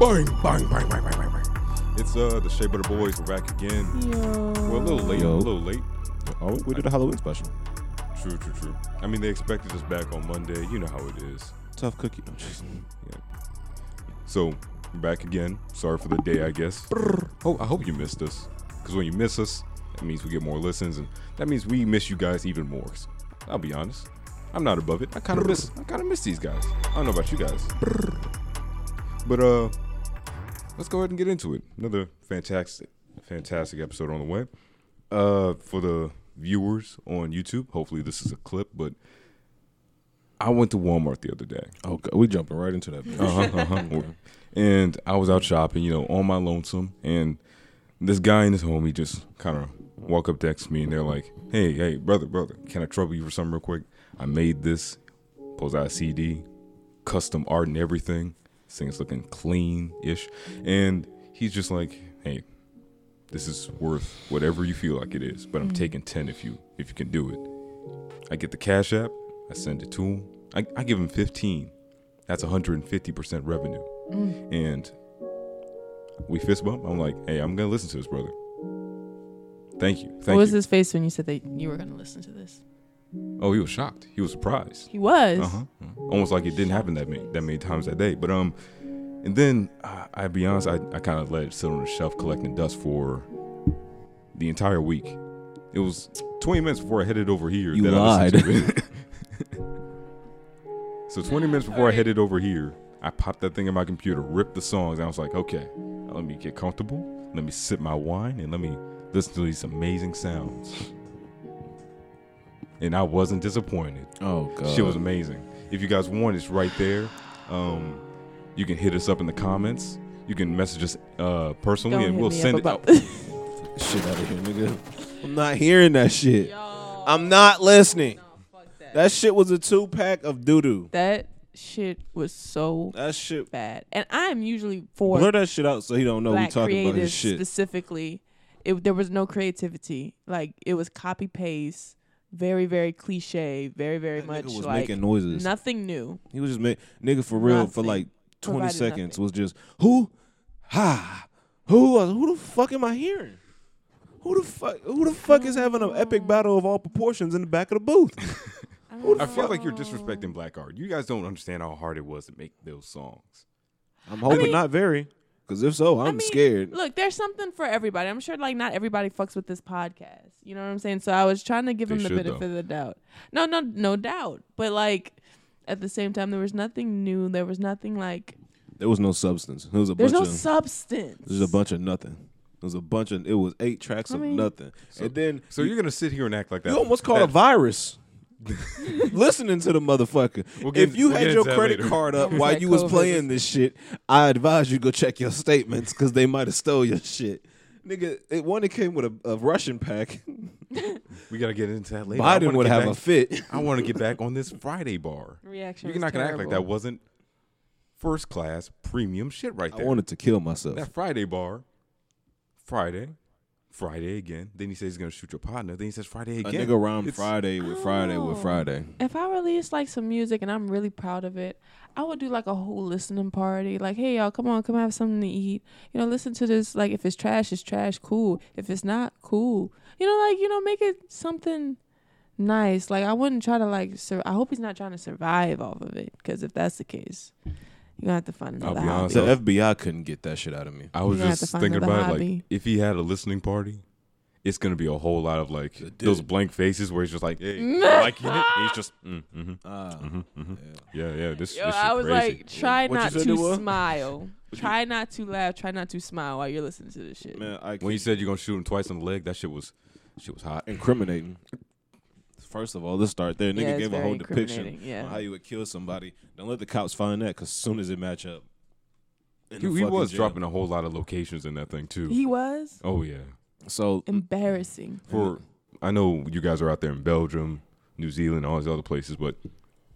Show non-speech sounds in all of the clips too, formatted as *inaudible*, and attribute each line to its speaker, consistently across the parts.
Speaker 1: Bang, bang, bang, bang, bang, bang, bang. It's uh the Shea Butter Boys. We're back again. We're a little late.
Speaker 2: Yo.
Speaker 1: A little late.
Speaker 2: Oh, we- we did a Halloween special.
Speaker 1: True, true, true. I mean, they expected us back on Monday. You know how it is.
Speaker 2: Tough cookie.
Speaker 1: So we're back again. Sorry for the day, I guess. Oh, I hope you missed us. Because when you miss us, that means we get more listens, and that means we miss you guys even more. I'll be honest. I'm not above it. I kind of miss. I kind of miss these guys. I don't know about you guys. But uh, let's go ahead and get into it. Another fantastic, fantastic episode on the way. Uh, for the viewers on YouTube, hopefully this is a clip. But I went to Walmart the other day.
Speaker 2: Okay, we jumping right into that. bitch. *laughs*
Speaker 1: Uh-huh, uh-huh. and I was out shopping, you know, on my lonesome, and this guy and his homie just kind of walk up next to me, and they're like, "Hey, hey, brother, brother, can I trouble you for something real quick? I made this, pulls out a CD, custom art and everything. This thing is looking clean-ish, and he's just like, "Hey, this is worth whatever you feel like it is, but
Speaker 3: Mm.
Speaker 1: I'm taking ten if you if you can do it." I get the cash app, I send it to him. I, I give him fifteen. That's 150% revenue.
Speaker 3: Mm.
Speaker 1: And we fist bump. I'm like, hey, I'm going to listen to this, brother. Thank you. Thank
Speaker 3: what was
Speaker 1: you.
Speaker 3: his face when you said that you were going to listen to this?
Speaker 1: Oh, he was shocked. He was surprised.
Speaker 3: He was.
Speaker 1: Uh-huh. Almost like it didn't happen that many, that many times that day. But, um, and then I, I be honest, I, I kind of let it sit on the shelf collecting dust for the entire week. It was 20 minutes before I headed over here.
Speaker 2: You
Speaker 1: I listened to it. *laughs* so 20 minutes before I
Speaker 3: Alright.
Speaker 1: headed over here, I popped that thing in my computer, ripped the songs, and I was like, okay, now let me get comfortable, let me sip my wine, and let me listen to these amazing sounds. And I wasn't disappointed.
Speaker 2: Oh god,
Speaker 1: Shit was amazing. If you guys want, it's right there. Um, you can hit us up in the comments. You can message us uh, personally,
Speaker 3: Don't
Speaker 1: and
Speaker 3: hit
Speaker 1: we'll
Speaker 3: me
Speaker 1: send
Speaker 3: up
Speaker 1: it.
Speaker 3: about
Speaker 1: oh,
Speaker 3: this. *laughs*
Speaker 2: shit out of here, nigga. I'm not hearing that shit.
Speaker 3: I'm
Speaker 2: I'm not listening. That shit was a two pack of doo doo.
Speaker 3: That shit was so
Speaker 2: That shit.
Speaker 3: bad. And I am usually for
Speaker 2: Blur that shit out so he don't know we
Speaker 3: black
Speaker 2: talking about
Speaker 3: creatives
Speaker 2: his shit.
Speaker 3: specifically. It, there was no creativity. Like it was copy paste, very very cliche, very very
Speaker 2: That
Speaker 3: much
Speaker 2: nigga was
Speaker 3: like
Speaker 2: making noises.
Speaker 3: nothing new.
Speaker 2: He was just make nigga for real for
Speaker 3: Nothing.
Speaker 2: like twenty
Speaker 3: Provided
Speaker 2: seconds.
Speaker 3: nothing.
Speaker 2: Was just who, ha, who, who the fuck am I hearing? Who the fuck? Who the fuck is having an epic battle of all proportions in the back of the booth?
Speaker 1: I feel like you're disrespecting black art. You guys don't understand how hard it was to make those songs.
Speaker 2: I'm hoping
Speaker 3: mean-
Speaker 2: not very, because if so, I'm
Speaker 3: I mean,
Speaker 2: scared.
Speaker 3: Look, there's something for everybody. I'm sure like not everybody fucks with this podcast. You know what I'm saying? So I was trying to give
Speaker 1: They
Speaker 3: him the
Speaker 1: should,
Speaker 3: benefit
Speaker 1: though.
Speaker 3: of the doubt. No, no, no doubt. But like at the same time, there was nothing new. There was nothing like
Speaker 2: There was no substance. There was a
Speaker 3: there's
Speaker 2: bunch
Speaker 3: no
Speaker 2: of
Speaker 3: substance.
Speaker 2: there's a bunch of nothing. There was a bunch of it was eight tracks
Speaker 3: I
Speaker 2: of
Speaker 3: mean-
Speaker 2: nothing, and then
Speaker 1: So you're gonna sit here and act like that?
Speaker 2: you almost caught a
Speaker 1: that- *laughs*
Speaker 2: virus. *laughs* Listening to the motherfucker.
Speaker 1: We'll get-
Speaker 2: if you
Speaker 1: we'll get
Speaker 2: had
Speaker 1: into
Speaker 2: your
Speaker 1: that
Speaker 2: credit
Speaker 1: later.
Speaker 2: card up
Speaker 3: *laughs* It was
Speaker 2: while
Speaker 3: that
Speaker 2: you was
Speaker 3: COVID.
Speaker 2: playing this shit, I advise you go check your statements because they might have stole your shit. Nigga, it one it came with a, a Russian pack.
Speaker 1: We gotta get into that later. I
Speaker 2: Biden
Speaker 1: wanna
Speaker 2: would
Speaker 1: get
Speaker 2: have
Speaker 1: back-
Speaker 2: a
Speaker 1: *laughs*
Speaker 2: fit.
Speaker 1: I want to get back on this Friday bar.
Speaker 3: reaction.
Speaker 1: You're
Speaker 3: was
Speaker 1: not gonna act like that
Speaker 3: terrible.
Speaker 1: wasn't first class premium shit right
Speaker 2: I
Speaker 1: there.
Speaker 2: wanted to kill myself.
Speaker 1: That Friday bar, Friday, Friday again. Then he says he's gonna shoot your partner. Then he says Friday
Speaker 2: A
Speaker 1: again.
Speaker 2: nigga rhymed
Speaker 1: It's-
Speaker 2: Friday with Friday with
Speaker 3: Oh.
Speaker 2: Friday.
Speaker 3: If I release like some music and I'm really proud of it, I would do like a whole listening party. Like, hey y'all, come on, come have something to eat. You know, listen to this. Like, if it's trash, it's trash. Cool. If it's not, cool. You know, like you know, make it something nice. Like, I wouldn't try to like. Sur- I hope he's not trying to survive off of it. Because if that's the case, you're gonna have to find
Speaker 1: I'll
Speaker 3: another
Speaker 1: be honest,
Speaker 3: hobby.
Speaker 1: So-
Speaker 2: The FBI couldn't get that shit out of
Speaker 1: *laughs*
Speaker 2: me.
Speaker 1: I was
Speaker 3: You have to
Speaker 1: just
Speaker 3: find
Speaker 1: thinking
Speaker 3: another
Speaker 1: about it, like
Speaker 3: hobby.
Speaker 1: if he had a listening party, it's gonna be a whole lot of like
Speaker 2: It did.
Speaker 1: those blank faces where he's just like, "Hey,
Speaker 3: Mm.
Speaker 1: you liking it?" And he's just, mm, hmm
Speaker 2: Ah.
Speaker 1: "Yeah, yeah, this,
Speaker 3: Yo,
Speaker 1: this shit
Speaker 3: I was
Speaker 1: crazy."
Speaker 3: like, try
Speaker 2: What you
Speaker 3: not
Speaker 2: said it
Speaker 3: to
Speaker 2: was?
Speaker 3: smile. try not to laugh. Try not to smile while you're listening to this shit.
Speaker 2: Man, I
Speaker 1: when you
Speaker 2: keep
Speaker 1: said you're gonna shoot him twice in the leg, that shit was, shit was hot.
Speaker 2: incriminating. First of all, let's start there. Nigga
Speaker 3: Yeah, it's
Speaker 2: gave a
Speaker 3: very
Speaker 2: whole depiction
Speaker 3: incriminating, yeah.
Speaker 2: on how you would kill somebody. Don't let the cops find that because soon as it match up, in
Speaker 1: He,
Speaker 2: the
Speaker 1: he
Speaker 2: fucking
Speaker 1: was
Speaker 2: jail.
Speaker 1: dropping a whole lot of locations in that thing too.
Speaker 3: He was
Speaker 1: oh yeah,
Speaker 2: So
Speaker 3: embarrassing.
Speaker 1: for I know you guys are out there in Belgium, New Zealand, all these other places, but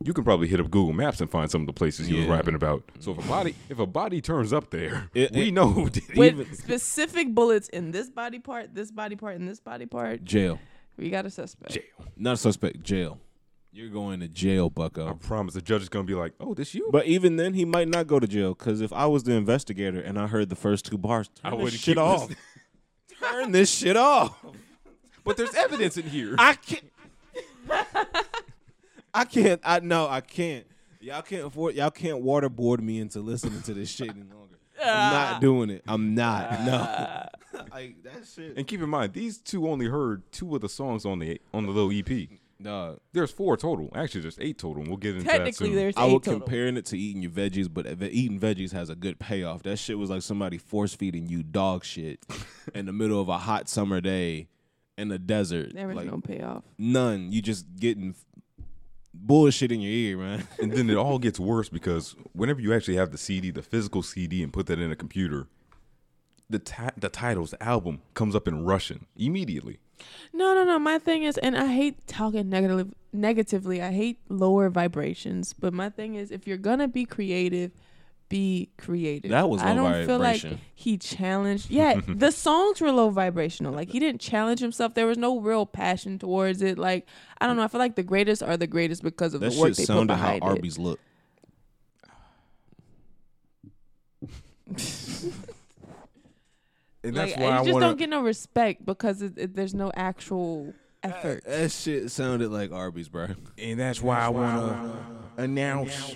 Speaker 1: you can probably hit up Google Maps and find some of the places he was
Speaker 2: Yeah.
Speaker 1: rapping about. So if a body if a body turns up there,
Speaker 2: It-
Speaker 1: we
Speaker 2: it-
Speaker 1: know who did it.
Speaker 3: With
Speaker 2: Even-
Speaker 3: specific bullets in this body part, this body part, and this body part,
Speaker 2: Jail.
Speaker 3: we got a suspect.
Speaker 2: Not a suspect. Jail. You're going to jail,
Speaker 1: I
Speaker 2: Bucko.
Speaker 1: promise the judge is gonna be like, "Oh, this you?"
Speaker 2: But even then, he might not go to jail because if I was the investigator and I heard the first two bars, turn
Speaker 1: I
Speaker 2: this
Speaker 1: wouldn't
Speaker 2: shit
Speaker 1: keep
Speaker 2: off.
Speaker 1: listening. *laughs*
Speaker 2: turn this shit off.
Speaker 1: But there's evidence in here.
Speaker 2: *laughs* I can't. I can't. I no. I can't. Y'all can't afford. Y'all can't waterboard me into listening to this shit any longer. I'm not doing it. I'm not. No. Ah. *laughs* like that shit.
Speaker 1: and keep in mind, these two only heard two of the songs on the on the little EP.
Speaker 2: Dog.
Speaker 1: There's four total. Actually, there's eight total. and We'll get into that
Speaker 3: Technically,
Speaker 1: soon.
Speaker 3: there's
Speaker 2: I
Speaker 3: eight
Speaker 2: was
Speaker 3: total.
Speaker 2: comparing it to eating your veggies, but ev- eating veggies has a good payoff. That shit was like somebody force feeding you dog shit *laughs* in the middle of a hot summer day in the desert.
Speaker 3: There was
Speaker 2: like,
Speaker 3: no payoff.
Speaker 2: none. You just getting f- bullshit in your ear, man.
Speaker 1: and then it all gets worse because whenever you actually have the CD, the physical CD, and put that in a computer, the ti- the titles, the album comes up in Russian immediately.
Speaker 3: No, no, no. My thing is, and I hate talking negative, negatively. I hate lower vibrations. But my thing is, if you're gonna be creative, be creative.
Speaker 2: That was
Speaker 3: I
Speaker 2: low
Speaker 3: don't feel like
Speaker 2: vibration.
Speaker 3: he
Speaker 2: *laughs*
Speaker 3: challenged. Yeah, the songs were low vibrational. Like he didn't challenge himself. There was no real passion towards it. Like I don't know. I feel like the greatest are the greatest because of
Speaker 2: That
Speaker 3: the work
Speaker 2: shit
Speaker 3: they put
Speaker 2: sounded how
Speaker 3: behind it.
Speaker 2: Arby's look.
Speaker 1: And
Speaker 3: Like,
Speaker 1: that's why I
Speaker 3: you just
Speaker 1: want
Speaker 3: don't
Speaker 1: to.
Speaker 3: get no respect because it, it, there's no actual effort.
Speaker 2: That shit sounded like Arby's, bro.
Speaker 1: And that's why I want
Speaker 4: announce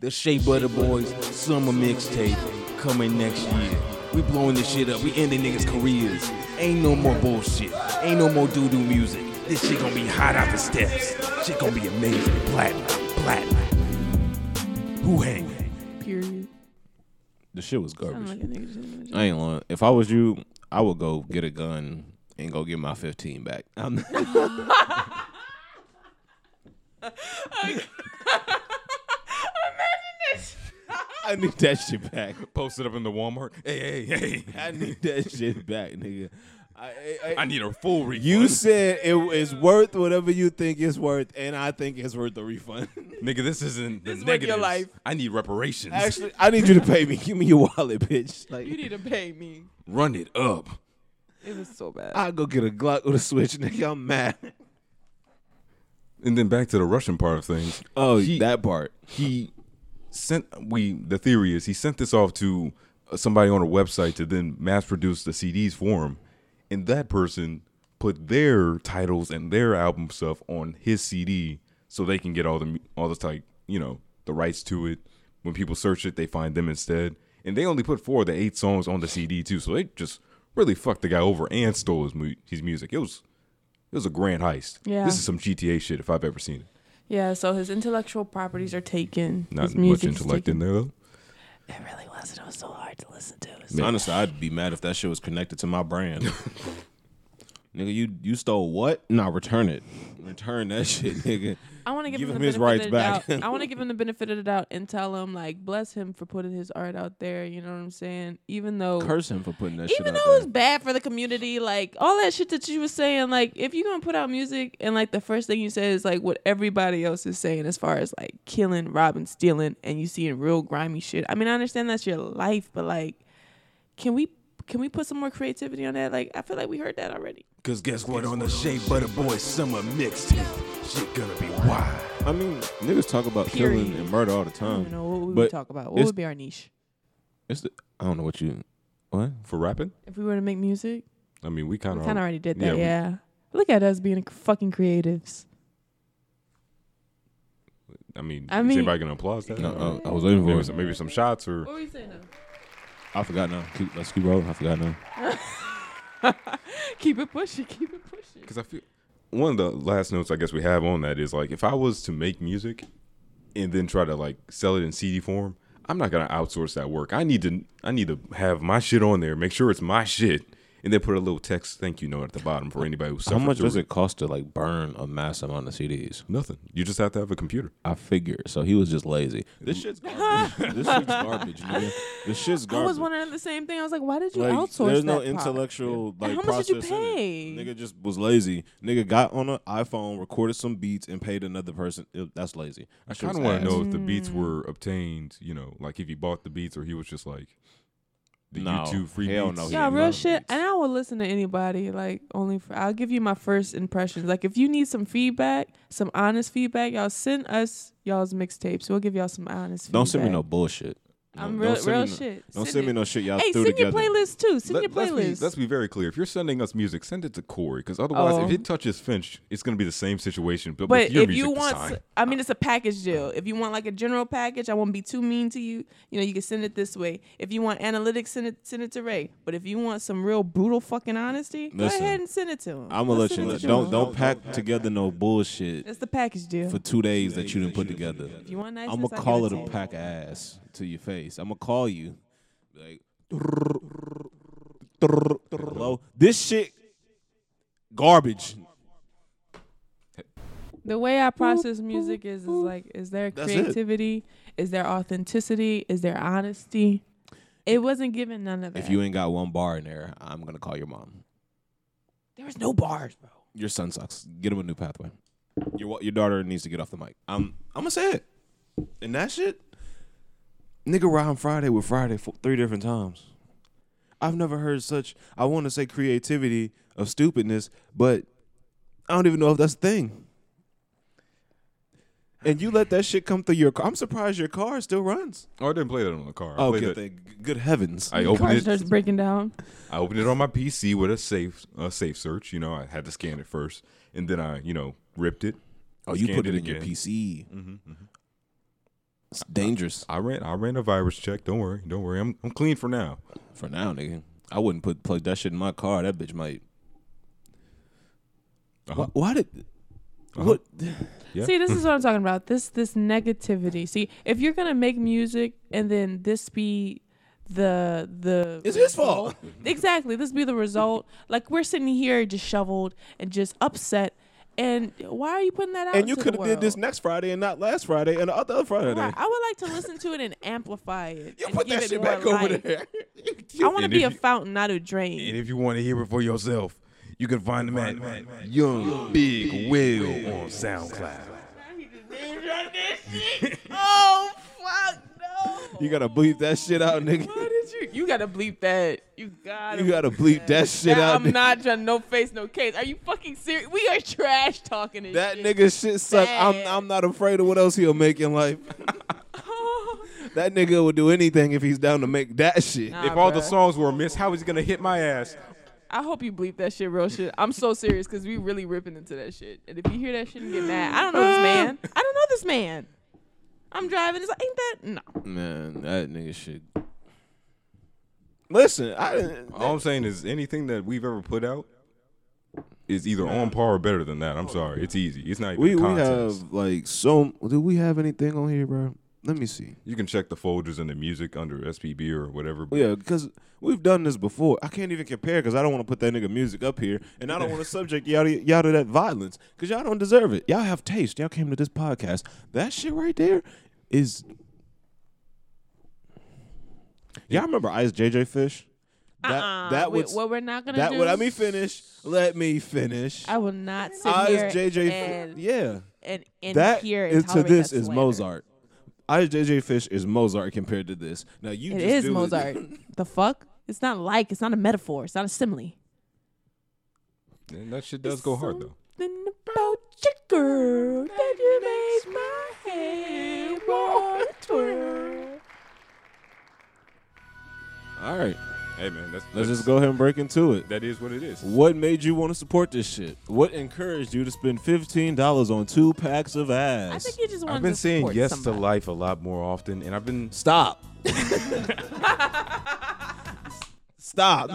Speaker 4: the Shea Butter Boys summer mixtape coming next year. We blowing this shit up. We ending niggas' careers. Ain't no more bullshit. Ain't no more doo doo music. This shit gonna be hot out the steps. Shit gonna be amazing. Platinum, platinum. Who hanging?
Speaker 3: Period.
Speaker 2: The shit was
Speaker 3: I don't
Speaker 2: garbage.
Speaker 3: like a nigga just-
Speaker 2: I ain't lying. If I was you, I would go get a gun and go get my 15 back. I'm *laughs* not, I need that shit back.
Speaker 1: to post it up in the Walmart. Hey, hey,
Speaker 2: I
Speaker 1: hey!
Speaker 2: need that shit back, nigga. I, I, I-
Speaker 1: I need a full refund.
Speaker 2: you said it is worth whatever you think it's worth, and I think it's worth the refund. *laughs*
Speaker 1: nigga, this isn't the
Speaker 3: This worth
Speaker 1: negative
Speaker 3: your life.
Speaker 1: I need reparations.
Speaker 2: Actually, I need you to pay me. Give me your wallet, bitch.
Speaker 3: *laughs* You
Speaker 2: Like
Speaker 3: need to pay me.
Speaker 1: Run it up.
Speaker 3: It was so bad.
Speaker 2: I go get a Glock with a switch, nigga. I'm mad.
Speaker 1: And then back to the Russian part of things.
Speaker 2: Oh,
Speaker 1: He-
Speaker 2: that part.
Speaker 1: he sent we the theory is he sent this off to uh, somebody on a website to then mass produce the CDs for him and that person put their titles and their album stuff on his CD so they can get all the mu- all the like you know the rights to it when people search it they find them instead and they only put four of the eight songs on the CD too so they just really fucked the guy over and stole his mu- his music it was it was a grand heist
Speaker 3: Yeah.
Speaker 1: this is some GTA shit if I've ever seen it
Speaker 3: Yeah, so his intellectual properties are taken.
Speaker 1: not
Speaker 3: his
Speaker 1: much
Speaker 3: music's
Speaker 1: intellect in
Speaker 3: taken.
Speaker 1: there though
Speaker 3: It really was. It was so hard to listen to. It was-
Speaker 2: Honestly, I'd be mad if that shit was connected to my *laughs* brand. nigga, you you stole what? Nah, return it. Return that *laughs* shit, nigga.
Speaker 3: I want to give,
Speaker 2: Give
Speaker 3: him,
Speaker 2: him
Speaker 3: the
Speaker 2: his
Speaker 3: benefit of
Speaker 2: rights
Speaker 3: the
Speaker 2: back.
Speaker 3: Doubt. I want to give him the benefit of the doubt and tell him like bless him for putting his art out there. You know what I'm saying? Even though.
Speaker 2: Curse him for putting that shit
Speaker 3: even
Speaker 2: out
Speaker 3: though
Speaker 2: there.
Speaker 3: it's bad for the community, like all that shit that you was saying, like if you're gonna put out music and like the first thing you say is like what everybody else is saying as far as like killing, robbing, stealing, and you seeing real grimy shit. I mean, I understand that's your life, but like, can we can we put some more creativity on that? Like, I feel like we heard that already.
Speaker 4: Cause guess what? On the Shea Butter Boys summer mixtape, shit gonna be wild.
Speaker 2: I mean, niggas talk about
Speaker 3: Period.
Speaker 2: killing and murder all the
Speaker 3: I don't
Speaker 2: time.
Speaker 3: even know what we
Speaker 2: but
Speaker 3: would talk about. What
Speaker 2: it's-
Speaker 3: would be our niche
Speaker 2: It's the, I don't know what you. What?
Speaker 1: for rapping
Speaker 3: if we were to make music?
Speaker 1: I mean, we kind
Speaker 3: We
Speaker 1: of
Speaker 3: kind of already did that.
Speaker 1: yeah,
Speaker 3: Yeah.
Speaker 1: we-
Speaker 3: Look at us being fucking creatives.
Speaker 1: I mean,
Speaker 3: I
Speaker 1: is
Speaker 3: mean-
Speaker 1: anybody gonna applaud that?
Speaker 2: No, I, I was waiting
Speaker 1: Maybe,
Speaker 2: for
Speaker 1: some,
Speaker 2: it.
Speaker 1: maybe some shots or
Speaker 3: What were you saying?
Speaker 2: I forgot now. Keep, let's keep rolling. I forgot now.
Speaker 3: *laughs* Keep it pushing. Keep it pushing.
Speaker 1: because I feel one of the last notes I guess we have on that is like if I was to make music and then try to like sell it in CD form, I'm not gonna outsource that work. I need to I need to have my shit on there, make sure it's my shit, and they put a little text thank you note at the bottom for anybody who
Speaker 2: How
Speaker 1: suffered
Speaker 2: much
Speaker 1: through
Speaker 2: does it cost to like burn a mass amount of CDs?
Speaker 1: Nothing. You just have to have a computer.
Speaker 2: I figure. So he was just lazy. This shit's
Speaker 1: *laughs*
Speaker 2: garbage. this shit's garbage, man. This shit's
Speaker 3: I
Speaker 2: garbage.
Speaker 3: was wondering the same thing. I was like, why did you
Speaker 2: like,
Speaker 3: outsource
Speaker 2: there's
Speaker 3: that
Speaker 2: no
Speaker 3: part?
Speaker 2: intellectual like
Speaker 3: how much
Speaker 2: process.
Speaker 3: did you
Speaker 2: in it.
Speaker 3: pay?
Speaker 2: Nigga just was lazy. Nigga got on an iPhone, recorded some beats, and paid another person. Ew, that's lazy.
Speaker 1: I
Speaker 2: That shit was
Speaker 1: kind of want
Speaker 2: ass.
Speaker 1: to know if the
Speaker 3: Mm.
Speaker 1: beats were obtained. You know, like if he bought the beats or he was just like the
Speaker 2: No,
Speaker 1: YouTube free
Speaker 2: hell
Speaker 1: beats.
Speaker 2: no, he
Speaker 3: Yeah,
Speaker 2: didn't
Speaker 3: real
Speaker 2: learn
Speaker 3: shit.
Speaker 2: beats.
Speaker 3: And I will listen to anybody. Like only for I'll give you my first impressions. Like if you need some feedback, some honest feedback, y'all send us y'all's mixtapes. We'll give y'all some honest.
Speaker 2: Don't
Speaker 3: feedback.
Speaker 2: send me no bullshit. No,
Speaker 3: I'm
Speaker 2: don't
Speaker 3: real,
Speaker 2: send me
Speaker 3: real
Speaker 2: no-
Speaker 3: shit.
Speaker 2: Don't send me
Speaker 3: it.
Speaker 2: no shit y'all
Speaker 3: Hey,
Speaker 2: threw
Speaker 3: send
Speaker 2: together.
Speaker 3: your playlist too. Send your
Speaker 1: Let, let's, be,
Speaker 3: playlist.
Speaker 1: let's be very clear. If you're sending us music, send it to Corey, because otherwise,
Speaker 3: Oh.
Speaker 1: if it touches Finch, it's going to be the same situation. But,
Speaker 3: but
Speaker 1: with your
Speaker 3: if
Speaker 1: music,
Speaker 3: you
Speaker 1: to
Speaker 3: want,
Speaker 1: sign.
Speaker 3: s- I mean, it's a package deal. If you want like a general package, I won't be too mean to you. You know, you can send it this way. If you want analytics, send it send it to Ray. But if you want some real brutal fucking honesty,
Speaker 2: Listen,
Speaker 3: go ahead and send it to him.
Speaker 2: I'm gonna let you
Speaker 3: Let's send
Speaker 2: know.
Speaker 3: it to
Speaker 2: Don't
Speaker 3: him.
Speaker 2: don't pack together no bullshit
Speaker 3: That's the package deal.
Speaker 2: for two days that you didn't put together.
Speaker 3: if you want nice,
Speaker 2: I'm gonna call it a pack ass to your face. I'm gonna call you. Like, hello, this shit garbage.
Speaker 3: The way I process music is, is like, is there
Speaker 2: That's it.
Speaker 3: creativity? Is there authenticity? Is there honesty? It wasn't given none of that.
Speaker 2: If you ain't got one bar in there, I'm gonna call your mom.
Speaker 3: there was no bars, bro.
Speaker 2: Your son sucks. Get him a new pathway. Your wa- your daughter needs to get off the mic. I'm I'm gonna say it. And that shit, nigga, rhyme Friday with Friday fo- three different times. I've never heard such. I want to say creativity of stupidness, but I don't even know if that's a thing. And you let that shit come through your car. I'm surprised your car still runs.
Speaker 1: oh, I didn't play that on the car. I
Speaker 2: Oh,
Speaker 1: played
Speaker 2: good,
Speaker 1: it-
Speaker 2: thing. good heavens.
Speaker 1: I
Speaker 3: Car
Speaker 1: opened
Speaker 3: starts
Speaker 1: it.
Speaker 3: breaking down.
Speaker 1: I opened it on my PC with a safe, a safe search. You know, I had to scan it first, and then I, you know, ripped it.
Speaker 2: oh, you
Speaker 1: scanned
Speaker 2: put it,
Speaker 1: it
Speaker 2: in your
Speaker 1: again.
Speaker 2: PC. It's dangerous.
Speaker 1: I ran, I ran a virus check. Don't worry, don't worry. I'm, I'm clean for now.
Speaker 2: For now, nigga, I wouldn't put plug that shit in my car. That bitch might.
Speaker 1: Uh-huh.
Speaker 2: Why, why did? What?
Speaker 1: Yeah.
Speaker 3: See, this is what I'm talking about. This this negativity. See, if you're gonna make music and then this be the the
Speaker 2: It's his fault.
Speaker 3: result- exactly. This be the result. Like we're sitting here disheveled and just upset. And why are you putting that out?
Speaker 2: And you
Speaker 3: could have
Speaker 2: did this next Friday and not last Friday and the other other Friday.
Speaker 3: Right. I would like to listen to it and amplify it.
Speaker 2: You
Speaker 3: and
Speaker 2: put
Speaker 3: give
Speaker 2: that
Speaker 3: it
Speaker 2: shit
Speaker 3: more
Speaker 2: back over
Speaker 3: life.
Speaker 2: there. *laughs*
Speaker 3: I want to
Speaker 1: And
Speaker 3: be a
Speaker 1: if you-
Speaker 3: fountain, not a drain.
Speaker 1: And if you want to hear it for yourself, you can find them at Young Big Will on SoundCloud.
Speaker 3: oh fuck no!
Speaker 2: You gotta bleep that shit out, nigga.
Speaker 3: Why did you? You gotta bleep that. You gotta.
Speaker 2: You gotta bleep that shit
Speaker 3: Nah,
Speaker 2: out.
Speaker 3: I'm
Speaker 2: nigga.
Speaker 3: not trying no face, no case. Are you fucking serious? We are trash talking and
Speaker 2: that
Speaker 3: shit.
Speaker 2: nigga shit suck. I'm
Speaker 3: Bad.
Speaker 2: I'm not afraid of what else he'll make in life.
Speaker 3: Oh.
Speaker 2: that nigga will do anything if he's down to make that shit.
Speaker 3: Nah,
Speaker 1: If all the
Speaker 3: bruh.
Speaker 1: songs were missed, how is he gonna hit my ass?
Speaker 3: *laughs* I hope you bleep that shit, real shit. I'm so serious because we really ripping into that shit. And if you hear that shit and get mad, I don't know
Speaker 2: *sighs*
Speaker 3: this man. I don't know this man. I'm driving. It's like, ain't that no?
Speaker 2: Man, that nigga shit. Listen, I didn't.
Speaker 1: All I'm saying is anything that we've ever put out is either on par or better than that. I'm sorry, it's easy. It's not even
Speaker 2: We
Speaker 1: a
Speaker 2: we
Speaker 1: contest.
Speaker 2: have like so. Do we have anything on here, bro? Let me see.
Speaker 1: you can check the folders in the music under SPB or whatever. but-
Speaker 2: Yeah, because we've done this before. I can't even compare because I don't want to put that nigga music up here, and I don't *laughs* want to subject y'all to, y'all to that violence because y'all don't deserve it. Y'all have taste. Y'all came to this podcast. That shit right there is. Y'all remember Ice JJ Fish? That
Speaker 3: Uh-uh.
Speaker 2: that
Speaker 3: Wait,
Speaker 2: would
Speaker 3: what we're not gonna
Speaker 2: that
Speaker 3: do.
Speaker 2: would let me finish. Let me finish.
Speaker 3: I will not sit here
Speaker 2: Ice JJ.
Speaker 3: and,
Speaker 2: Fi- yeah.
Speaker 3: and, and
Speaker 2: That
Speaker 3: hear
Speaker 2: is
Speaker 3: and
Speaker 2: to
Speaker 3: tolerate
Speaker 2: this
Speaker 3: that
Speaker 2: is
Speaker 3: slander.
Speaker 2: Mozart. I JJ Fish is Mozart compared to this. Now you
Speaker 3: It
Speaker 2: just
Speaker 3: is
Speaker 2: do *laughs*
Speaker 3: Mozart. the fuck? It's not like. It's not a metaphor. It's not a simile.
Speaker 1: And that shit does go hard though.
Speaker 3: Something about your girl that you make my head want to twirl.
Speaker 2: All right,
Speaker 1: Hey man, that's,
Speaker 2: let's
Speaker 1: that's
Speaker 2: just go ahead and break into it.
Speaker 1: That is what it is.
Speaker 2: What made you want to support this shit? What encouraged you to spend fifteen dollars on two packs of ass?
Speaker 3: I think you just want
Speaker 1: I've been
Speaker 3: to
Speaker 1: saying
Speaker 3: support
Speaker 1: yes
Speaker 3: somebody.
Speaker 1: to life a lot more often, and I've been
Speaker 2: Stop. Stop.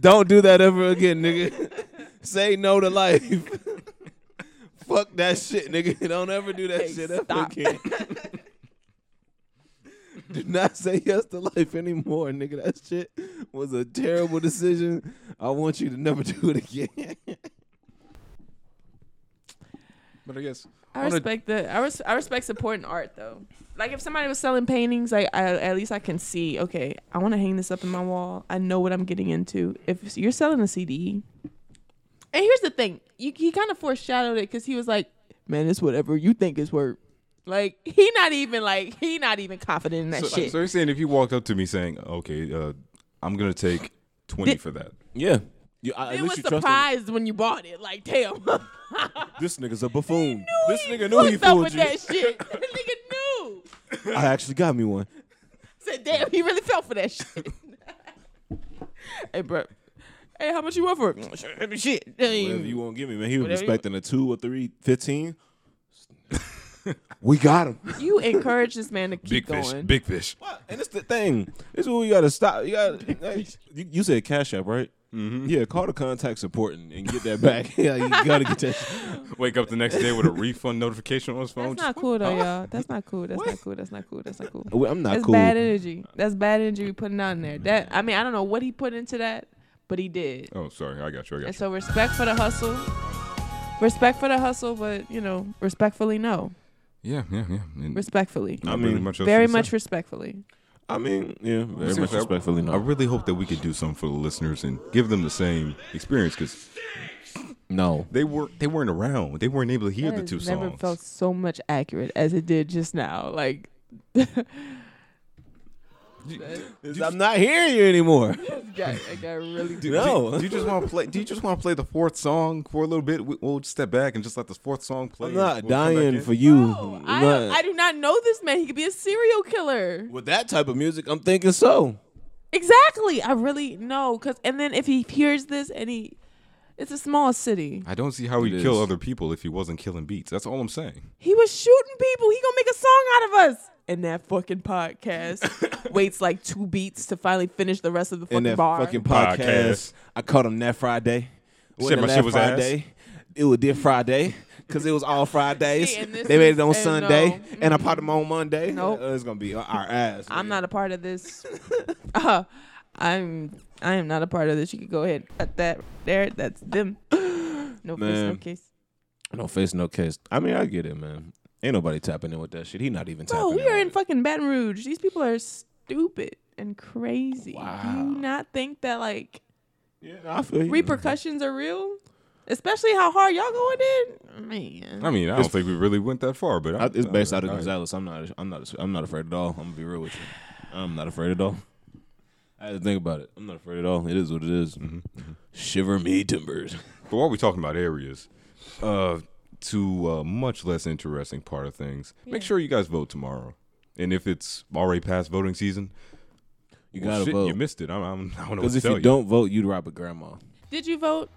Speaker 2: Don't do that ever again, nigga. Say no to life. Fuck that shit, nigga. Don't ever do that
Speaker 3: Hey,
Speaker 2: shit ever
Speaker 3: stop.
Speaker 2: again. Do not say yes to life anymore, nigga. That shit was a terrible decision. I want you to never do it again.
Speaker 1: But I guess
Speaker 3: I
Speaker 1: On a-
Speaker 3: respect the I, res, I respect supporting art though. Like if somebody was selling paintings, like I, at least I can see. Okay, I want to hang this up in my wall. I know what I'm getting into. If you're selling a CD, and here's the thing, you, he kind of foreshadowed it because he was like, "Man, it's whatever you think it's worth." Like he not even like he not even confident in that
Speaker 1: so,
Speaker 3: shit.
Speaker 1: so you're saying if you walked up to me saying, "Okay, uh, I'm gonna take 20
Speaker 3: Did-
Speaker 1: for that,"
Speaker 2: yeah. You, I,
Speaker 3: They was surprised when you bought it. Like damn,
Speaker 2: This nigga's a buffoon. *laughs* This
Speaker 3: He
Speaker 2: nigga knew he
Speaker 3: fucked up
Speaker 2: fooled
Speaker 3: with
Speaker 2: you.
Speaker 3: that shit. *laughs* That nigga knew.
Speaker 2: I actually got me one.
Speaker 3: Said, damn, he really fell for
Speaker 2: *laughs*
Speaker 3: that shit. hey, bro. Hey, how much you want for it? Mm, Shit, Shit.
Speaker 2: Whatever you won't give me, man. He was
Speaker 3: Whatever you-
Speaker 2: expecting a two or three, fifteen. we got him.
Speaker 3: You encourage this man to keep
Speaker 1: big
Speaker 3: going.
Speaker 1: fish, big fish.
Speaker 2: What? And it's the thing. This is what we gotta stop. You gotta. like, you, you said Cash App, right? Mm-hmm. Yeah, call the contact support and, and get that back. *laughs* yeah, you gotta get that. shit.
Speaker 1: Wake up the next day with a refund notification on his phone.
Speaker 3: That's not cool though, y'all. That's not cool. That's not cool. That's not cool. That's not cool.
Speaker 2: Well, I'm not
Speaker 3: That's
Speaker 2: cool.
Speaker 3: bad energy. That's bad energy we putting out in there. That I mean, I don't know what he put into that, but he did.
Speaker 1: oh, sorry, I got you. I got
Speaker 3: And so respect for the hustle. Respect for the hustle, but you know, respectfully no.
Speaker 1: you. Yeah, yeah, yeah. And
Speaker 3: Respectfully.
Speaker 1: not
Speaker 2: I
Speaker 1: really
Speaker 2: mean,
Speaker 1: much else
Speaker 3: Very
Speaker 1: to
Speaker 3: much
Speaker 1: say.
Speaker 3: respectfully.
Speaker 2: I mean, yeah, very much
Speaker 1: Seriously, I-
Speaker 2: respectfully,
Speaker 1: I
Speaker 2: no,
Speaker 1: really hope that we could do something for the listeners and give them the same experience because
Speaker 2: no.
Speaker 1: they were they weren't around. They weren't able to hear
Speaker 3: That
Speaker 1: the
Speaker 3: has
Speaker 1: two
Speaker 3: never
Speaker 1: songs.
Speaker 3: felt so much accurate as it did just now. Like *laughs*
Speaker 2: I'm not hearing you anymore.
Speaker 3: got, I got really
Speaker 1: Do-
Speaker 2: No.
Speaker 1: Do, do you just want to play? Do you just want to play the fourth song for a little bit? We, we'll just step back and just let the fourth song play.
Speaker 2: I'm
Speaker 1: and
Speaker 2: not
Speaker 1: we'll come back
Speaker 2: dying
Speaker 1: in.
Speaker 2: for you.
Speaker 3: *laughs* No, I,
Speaker 2: Not-
Speaker 3: I do not know this man. He could be a serial killer.
Speaker 2: With that type of music, I'm thinking so.
Speaker 3: Exactly. I really know. Cause and then if he hears this and he, it's a small city.
Speaker 1: I don't see how he'd
Speaker 2: It
Speaker 1: kill
Speaker 2: is.
Speaker 1: other people if he wasn't killing beats. That's all I'm saying.
Speaker 3: He was shooting people. He gonna make a song out of us. And that
Speaker 2: *laughs*
Speaker 3: fucking podcast waits like two beats to finally finish the rest of the fucking
Speaker 2: in that
Speaker 3: bar.
Speaker 2: fucking podcast.
Speaker 1: Podcast.
Speaker 2: I caught him that Friday.
Speaker 1: said
Speaker 2: Wasn't
Speaker 1: my
Speaker 2: that
Speaker 1: shit was ass.
Speaker 2: Friday. It was this Friday because it was all
Speaker 3: *laughs*
Speaker 2: Fridays.
Speaker 3: See, and this
Speaker 2: they made it on
Speaker 3: is- and
Speaker 2: Sunday,
Speaker 3: no.
Speaker 2: and I popped him on Monday.
Speaker 3: Nope.
Speaker 2: Uh, it's gonna be our ass.
Speaker 3: I'm
Speaker 2: nigga.
Speaker 3: not a part of this. *laughs* uh, I'm I am not a part of this. You could go ahead and cut that there. That's them. *gasps* No face, no
Speaker 2: Man.
Speaker 3: case.
Speaker 2: No face, no case. I mean, I get it, man. Ain't nobody tapping in with that shit. He not even
Speaker 3: Bro,
Speaker 2: tapping.
Speaker 3: we are in
Speaker 2: with it.
Speaker 3: fucking Baton Rouge. These people are stupid and crazy. Do
Speaker 2: Wow. Mm.
Speaker 3: you not think that like
Speaker 2: Yeah, I feel you.
Speaker 3: repercussions are real? Especially how hard y'all going in? Man.
Speaker 1: I mean, I don't think we really went that far, but I,
Speaker 2: I- it's based out of
Speaker 1: I-
Speaker 2: Gonzales. I'm not. I'm not. I'm not afraid at all. I'm gonna be real with you. I'm not afraid at all. I had to think about it. I'm not afraid at all. It is what it is. Mm-hmm. Shiver me timbers.
Speaker 1: But while we're talking about areas, uh, to a much less interesting part of things, make sure you guys vote tomorrow. And if it's already past voting season,
Speaker 2: You
Speaker 1: well,
Speaker 2: gotta
Speaker 1: shit,
Speaker 2: vote.
Speaker 1: You missed it. I'm, I'm, I don't know what
Speaker 2: Because
Speaker 1: to
Speaker 2: if
Speaker 1: tell
Speaker 2: you don't vote, you'd rob a grandma.
Speaker 3: Did you vote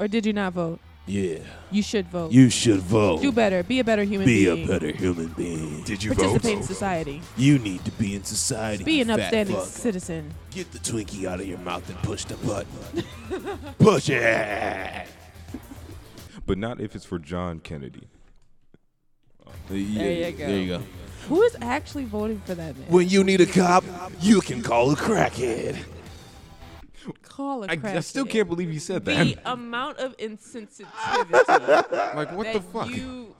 Speaker 3: or did you not vote?
Speaker 2: Yeah.
Speaker 3: You should vote.
Speaker 2: You should vote.
Speaker 3: Do better. Be a better human
Speaker 2: be
Speaker 3: being.
Speaker 2: a better human being. Did you
Speaker 3: Participate in society.
Speaker 2: You need to be in society.
Speaker 3: Be
Speaker 2: you
Speaker 3: an
Speaker 2: fat
Speaker 3: upstanding
Speaker 2: fuck.
Speaker 3: citizen.
Speaker 2: Get the Twinkie out of your mouth and push the button. *laughs* push it.
Speaker 1: But not if it's for John Kennedy.
Speaker 2: There
Speaker 3: you go.
Speaker 2: There you go.
Speaker 3: Who is actually voting for that man?
Speaker 2: When you need a cop, you can call a crackhead.
Speaker 3: Call a
Speaker 1: I, I
Speaker 3: crackhead.
Speaker 1: still can't believe you said that. *laughs*
Speaker 3: the amount of insensitivity
Speaker 1: like, *laughs* what
Speaker 3: that
Speaker 1: the fuck?
Speaker 3: you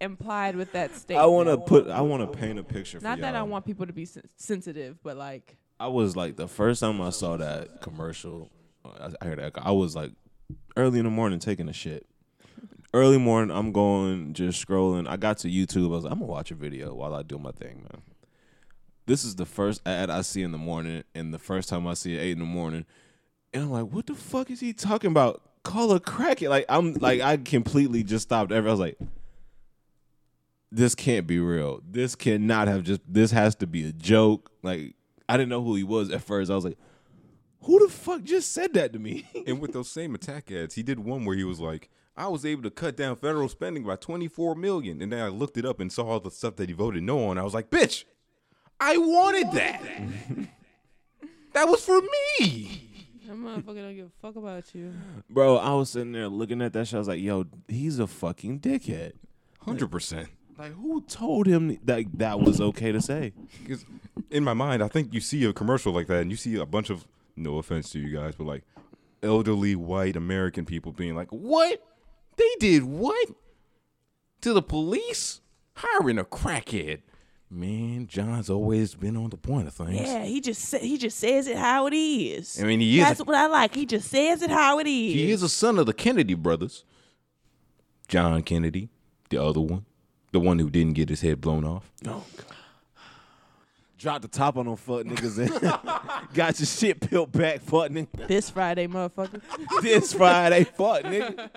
Speaker 3: implied with that statement.
Speaker 2: I want to put. I want to paint a picture.
Speaker 3: Not
Speaker 2: for
Speaker 3: that I
Speaker 2: y'all.
Speaker 3: want people to be sen- sensitive, but like
Speaker 2: I was like the first time I saw that commercial. I, I heard that. I was like early in the morning taking a shit. Early morning, I'm going just scrolling. I got to YouTube. I was like, I'm gonna watch a video while I do my thing, man. This is the first ad I see in the morning, and the first time I see it eight in the morning, and I'm like, what the fuck is he talking about? Call a crackhead. Like I'm like I completely just stopped. Every I was like, this can't be real. This cannot have just. This has to be a joke. Like I didn't know who he was at first. I was like, who the fuck just said that to me? *laughs*
Speaker 1: and with those same attack ads, he did one where he was like, I was able to cut down federal spending by 24 million. And then I looked it up and saw all the stuff that he voted no on. I was like, bitch, I wanted that. that was for me.
Speaker 3: that motherfucker don't give a fuck about you.
Speaker 2: Bro, I was sitting there looking at that shit. I was like, yo, he's a fucking dickhead.
Speaker 1: 100%.
Speaker 2: Like, who told him that that was okay to say?
Speaker 1: 'Cause in my mind, I think you see a commercial like that, and you see a bunch of no offense to you guys, but like elderly white American people being like,
Speaker 4: What? They did what? To the police? Hiring a crackhead.
Speaker 1: "Man, John's always been on the point of things."
Speaker 3: Yeah, he just sa- he just says it how it is.
Speaker 1: I mean, he is.
Speaker 3: That's what I like. He just says it how it is.
Speaker 4: He is a son of the Kennedy brothers.
Speaker 1: John Kennedy, the other one, the one who didn't get his head blown off.
Speaker 2: Drop the top on them fuck niggas and *laughs* got your shit peeled back, fuck nigga. *laughs*
Speaker 3: This Friday, motherfucker.
Speaker 2: This Friday, fuck nigga.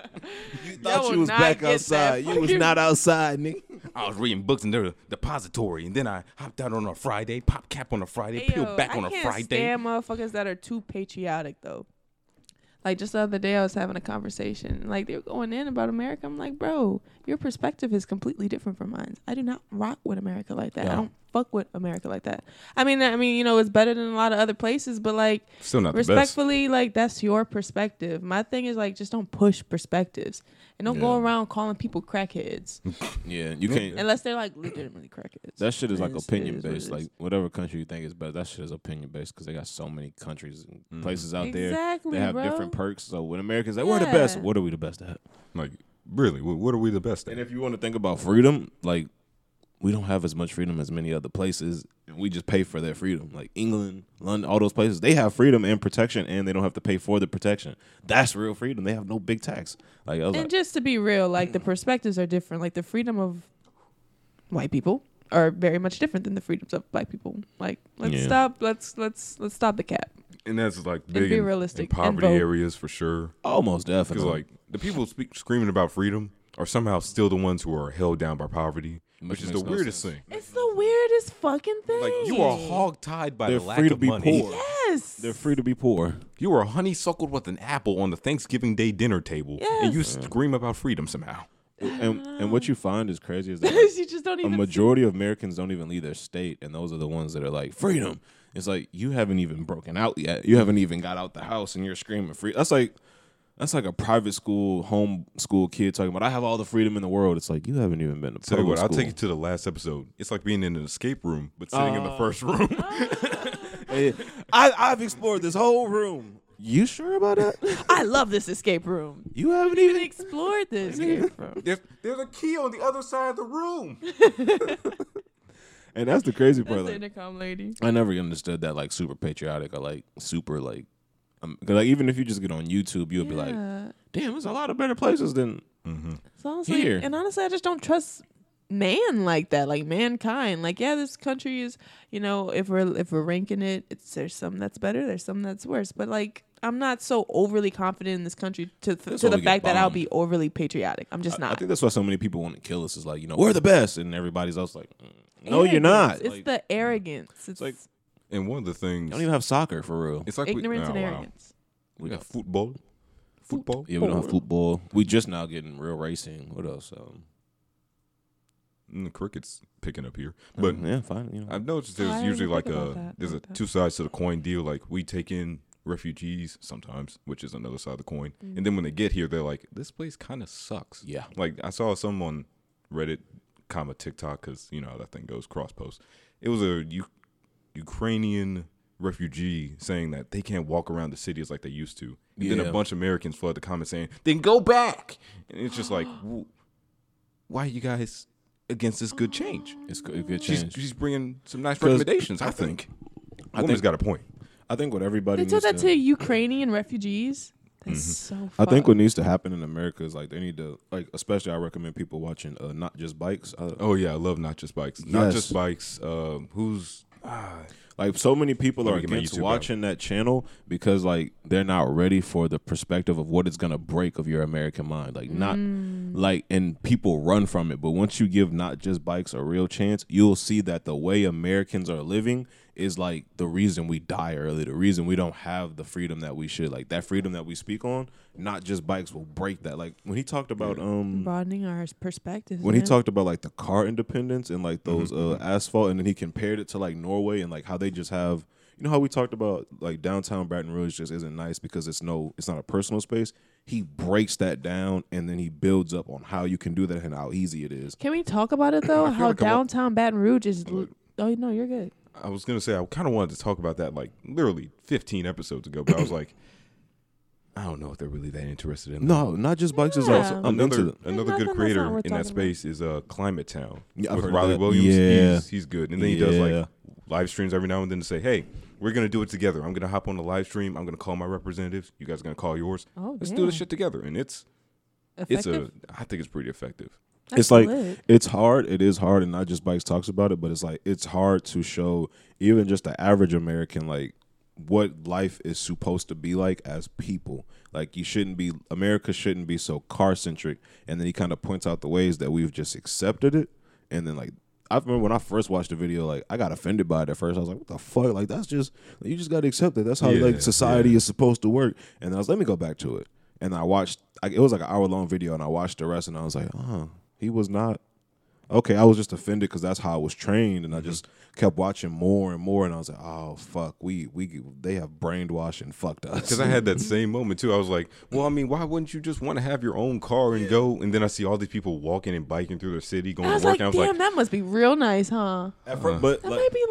Speaker 2: You thought
Speaker 3: will
Speaker 2: you was
Speaker 3: not
Speaker 2: back
Speaker 3: get that
Speaker 2: outside. You was
Speaker 3: fucking-
Speaker 2: not outside, nigga.
Speaker 1: I was reading books in the depository, and then I hopped out on a Friday, pop cap on a Friday,
Speaker 3: Hey,
Speaker 1: peeled
Speaker 3: yo,
Speaker 1: back
Speaker 3: I
Speaker 1: on a
Speaker 3: can't
Speaker 1: Friday.
Speaker 3: Stand motherfuckers that are too patriotic though. Like just the other day, I was having a conversation. Like they were going in about America. I'm like, bro, your perspective is completely different from mine. I do not rock with America like that. I don't fuck with America like that. I mean, I mean, you know, it's better than a lot of other places, but like,
Speaker 1: Still not the best.
Speaker 3: respectfully, like that's your perspective. My thing is like, just don't push perspectives and don't go around calling people crackheads
Speaker 2: Yeah, you can't.
Speaker 3: unless they're like legitimately crackheads.
Speaker 2: That shit is like
Speaker 3: It it
Speaker 2: opinion
Speaker 3: is what it
Speaker 2: based.
Speaker 3: is.
Speaker 2: Like whatever country you think is better, that shit is opinion based because they got so many countries and
Speaker 1: Mm.
Speaker 2: places out there
Speaker 3: Exactly,
Speaker 2: that have
Speaker 3: bro.
Speaker 2: different perks. So when Americans like, we're the best.
Speaker 3: Yeah.
Speaker 2: What are we the best at?
Speaker 1: Like, really, wh- what are we the best at?
Speaker 2: And if you want to think about freedom, like we don't have as much freedom as many other places, and we just pay for their freedom. Like England, London, all those places, they have freedom and protection, and they don't have to pay for the protection. That's real freedom. They have no big tax. Like I was
Speaker 3: and
Speaker 2: like,
Speaker 3: just to be real, like the perspectives are different. Like the freedom of white people are very much different than the freedoms of black people. Like let's
Speaker 2: Yeah.
Speaker 3: stop. Let's let's let's stop the cap.
Speaker 1: and that's like
Speaker 3: be
Speaker 1: big in- in,
Speaker 3: realistic and
Speaker 1: poverty
Speaker 3: vote.
Speaker 1: areas for sure.
Speaker 2: almost
Speaker 1: Because
Speaker 2: definitely.
Speaker 1: like the people speak, screaming about freedom are somehow still the ones who are held down by poverty, which, is
Speaker 2: makes
Speaker 1: the
Speaker 2: no
Speaker 1: weirdest
Speaker 2: sense.
Speaker 1: thing.
Speaker 3: It's the weirdest fucking thing.
Speaker 1: Like you are hogtied by
Speaker 2: they're
Speaker 1: the lack
Speaker 2: free to
Speaker 1: of
Speaker 2: be
Speaker 1: money.
Speaker 2: poor.
Speaker 3: *laughs* Yes.
Speaker 2: They're free to be poor.
Speaker 1: *laughs* You are honeysuckled with an apple on the Thanksgiving Day dinner table, and you scream about freedom somehow.
Speaker 2: And and what you find is crazy is that
Speaker 3: *laughs*
Speaker 2: like,
Speaker 3: you just don't
Speaker 2: a
Speaker 3: even.
Speaker 2: majority of Americans don't even leave their state, and those are the ones that are like freedom. It's like you haven't even broken out yet. You haven't even got out the house, and you're screaming free. That's like that's like a private school home school kid talking about I have all the freedom in the world. It's like you haven't even been to
Speaker 1: Tell you
Speaker 2: public
Speaker 1: what, I'll
Speaker 2: school. *laughs*
Speaker 1: take you to the last episode. It's like being in an escape room, but sitting
Speaker 3: Uh.
Speaker 1: in the first room.
Speaker 2: I, I've explored this whole room. You sure about
Speaker 3: *laughs*
Speaker 2: that?
Speaker 3: I love this escape room.
Speaker 2: you haven't
Speaker 3: You
Speaker 2: even.
Speaker 3: explored
Speaker 2: *laughs*
Speaker 3: this escape room.
Speaker 1: *laughs* there's, there's a key on the other side of the room.
Speaker 2: And that's the crazy part.
Speaker 3: That's
Speaker 2: like-
Speaker 3: the intercom lady.
Speaker 2: I never understood that like super patriotic or like super like, um, 'cause, like even if you just get on YouTube, you'll be like,
Speaker 3: Yeah.
Speaker 2: damn, there's a lot of better places than
Speaker 3: So honestly,
Speaker 2: Here.
Speaker 3: and honestly, I just don't trust man like that, like mankind. Like, yeah, this country is, you know, if we're if we're ranking it, it's there's some that's better, there's some that's worse, but like. I'm not so overly confident in this country to to
Speaker 2: why
Speaker 3: the
Speaker 2: we get
Speaker 3: fact that I'll
Speaker 2: bombed.
Speaker 3: be overly patriotic. I'm just
Speaker 2: I
Speaker 3: not.
Speaker 2: think that's why so many people want to kill us. Is like you know we're the best, and everybody's else like, mm, no, you're
Speaker 3: Arrogance.
Speaker 2: not.
Speaker 3: It's
Speaker 2: like,
Speaker 3: the arrogance. It's,
Speaker 2: like-
Speaker 1: And one of the things,
Speaker 2: you don't even have soccer for real.
Speaker 1: it's like
Speaker 3: ignorance
Speaker 1: we,
Speaker 3: and
Speaker 1: oh, wow.
Speaker 3: arrogance.
Speaker 1: We got football, football.
Speaker 2: yeah, we don't have football. We just now getting real racing. What else? Um,
Speaker 1: Mm, the cricket's picking up here, but
Speaker 2: um, yeah, fine. You know,
Speaker 1: I've noticed
Speaker 3: I
Speaker 1: there's
Speaker 3: didn't
Speaker 1: usually
Speaker 3: even
Speaker 1: like
Speaker 3: think about
Speaker 1: a
Speaker 3: that
Speaker 1: there's
Speaker 3: like
Speaker 1: a
Speaker 3: that.
Speaker 1: two sides to the coin deal. Like we take in refugees sometimes, which is another side of the coin,
Speaker 3: Mm.
Speaker 1: and then when they get here, they're like, "This place kind of sucks."
Speaker 2: Yeah.
Speaker 1: Like I saw some on Reddit, comma TikTok, because you know how that thing goes cross post. It was a U- Ukrainian refugee saying that they can't walk around the cities like they used to. And Then
Speaker 2: Yeah.
Speaker 1: a bunch of Americans flood the comments saying, "Then go back." And it's just *gasps* like, w- why are you guys against this good *gasps* change?
Speaker 2: it's good, good
Speaker 1: She's,
Speaker 2: change.
Speaker 1: she's bringing some nice
Speaker 2: 'Cause
Speaker 1: recommendations. I think.
Speaker 2: I
Speaker 1: Woman's
Speaker 2: think
Speaker 1: got a point.
Speaker 2: I think what everybody
Speaker 3: They
Speaker 2: needs
Speaker 3: told that
Speaker 2: to- *laughs*
Speaker 3: to Ukrainian refugees. That's so.
Speaker 2: Mm-hmm. I
Speaker 3: Fucked.
Speaker 2: think what needs to happen in America is like they need to like especially I recommend people watching uh, not just bikes. Uh,
Speaker 1: Oh yeah, I love not just bikes. Not
Speaker 2: Yes.
Speaker 1: just bikes. Um, who's ah,
Speaker 2: Like so many people
Speaker 1: Let
Speaker 2: are
Speaker 1: me get my
Speaker 2: against
Speaker 1: YouTube
Speaker 2: watching that channel because like they're not ready for the perspective of what it's gonna break of your American mind. Like not like and people run from it. But once you give not just bikes a real chance, you'll see that the way Americans are living is like the reason we die early, the reason we don't have the freedom that we should. Like that freedom that we speak on, not just bikes will break that. Like when he talked about um
Speaker 3: broadening our perspectives.
Speaker 2: when he
Speaker 3: man.
Speaker 2: talked about like the car independence and like those uh, asphalt, and then he compared it to like Norway and like how they just have, you know, how we talked about like downtown Baton Rouge just isn't nice because it's no, it's not a personal space. He breaks that down and then he builds up on how you can do that and how easy it is.
Speaker 3: Can we talk about
Speaker 2: *coughs*
Speaker 3: it though?
Speaker 1: I feel
Speaker 3: How
Speaker 1: like I'm a-
Speaker 3: downtown Baton Rouge is. l- Oh no, you're good.
Speaker 1: I was gonna say I kind of wanted to talk about that like literally 15 episodes ago, but I was like, I don't know if they're really that interested in. that.
Speaker 2: No, not just bikes is
Speaker 3: Yeah.
Speaker 2: also I'm into
Speaker 1: Another
Speaker 2: them.
Speaker 1: another good
Speaker 3: Nothing that's not
Speaker 1: creator
Speaker 3: worth
Speaker 1: in that
Speaker 3: talking about.
Speaker 1: space is uh Climate Town
Speaker 2: Yeah, I've
Speaker 1: with
Speaker 2: heard of
Speaker 1: Riley
Speaker 2: that.
Speaker 1: Williams.
Speaker 2: Yeah.
Speaker 1: He's, he's good, and then he does
Speaker 2: Yeah.
Speaker 1: like live streams every now and then to say, hey. We're gonna do it together. I'm gonna hop on the live stream. I'm gonna call my representatives. You guys are gonna call yours.
Speaker 3: Oh,
Speaker 1: Let's do this
Speaker 3: damn.
Speaker 1: shit together. And it's it's
Speaker 3: Effective?
Speaker 1: a I think it's pretty effective.
Speaker 3: That's
Speaker 2: it's like
Speaker 3: lit.
Speaker 2: it's hard. It is hard, and not just bikes talks about it, but it's like it's hard to show even just the average American like what life is supposed to be like as people. Like you shouldn't be America shouldn't be so car centric. And then he kind of points out the ways that we've just accepted it, and then like. I remember when I first watched the video, like I got offended by it at first. I was like, "What the fuck? Like that's just you just gotta accept it. That's how
Speaker 1: Yeah,
Speaker 2: like society is supposed to work." And I was, "Let me go back to it." And I watched. I, it was like an hour long video, and I watched the rest, and I was like, "Oh, he was not okay, I was just offended because that's how I was trained, and I just kept watching more and more, and I was like, oh fuck, we we they have brainwashed and fucked us.
Speaker 1: Because I had that same moment too. I was like, well, I mean, why wouldn't you just want to have your own car and go? And then I see all these people walking and biking through their city, going
Speaker 3: I was
Speaker 1: to work.
Speaker 3: like,
Speaker 1: and I
Speaker 3: damn,
Speaker 1: was like,
Speaker 3: that must be real nice, huh?
Speaker 2: At fir- but
Speaker 3: That
Speaker 2: like-
Speaker 3: might be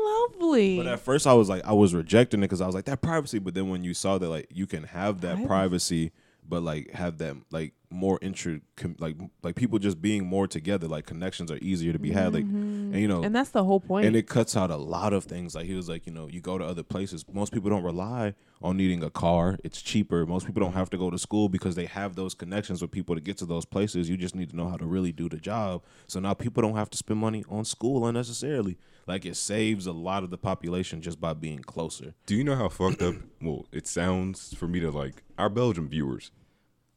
Speaker 3: lovely.
Speaker 2: but at first I was like I was rejecting it because I was like that privacy, but then when you saw that like you can have that privacy, but like have that like more intro com- like like people just being more together, like connections are easier to be had, like and you know
Speaker 3: Mm-hmm. and that's the whole point.
Speaker 2: and it cuts out a lot of things. Like he was like, you know, you go to other places. Most people don't rely on needing a car. It's cheaper. Most people don't have to go to school because they have those connections with people to get to those places. You just need to know how to really do the job. So now people don't have to spend money on school unnecessarily. Like it saves a lot of the population just by being closer.
Speaker 1: do you know how fucked
Speaker 3: *clears throat*
Speaker 1: up? Well, it sounds for me to like our Belgium viewers.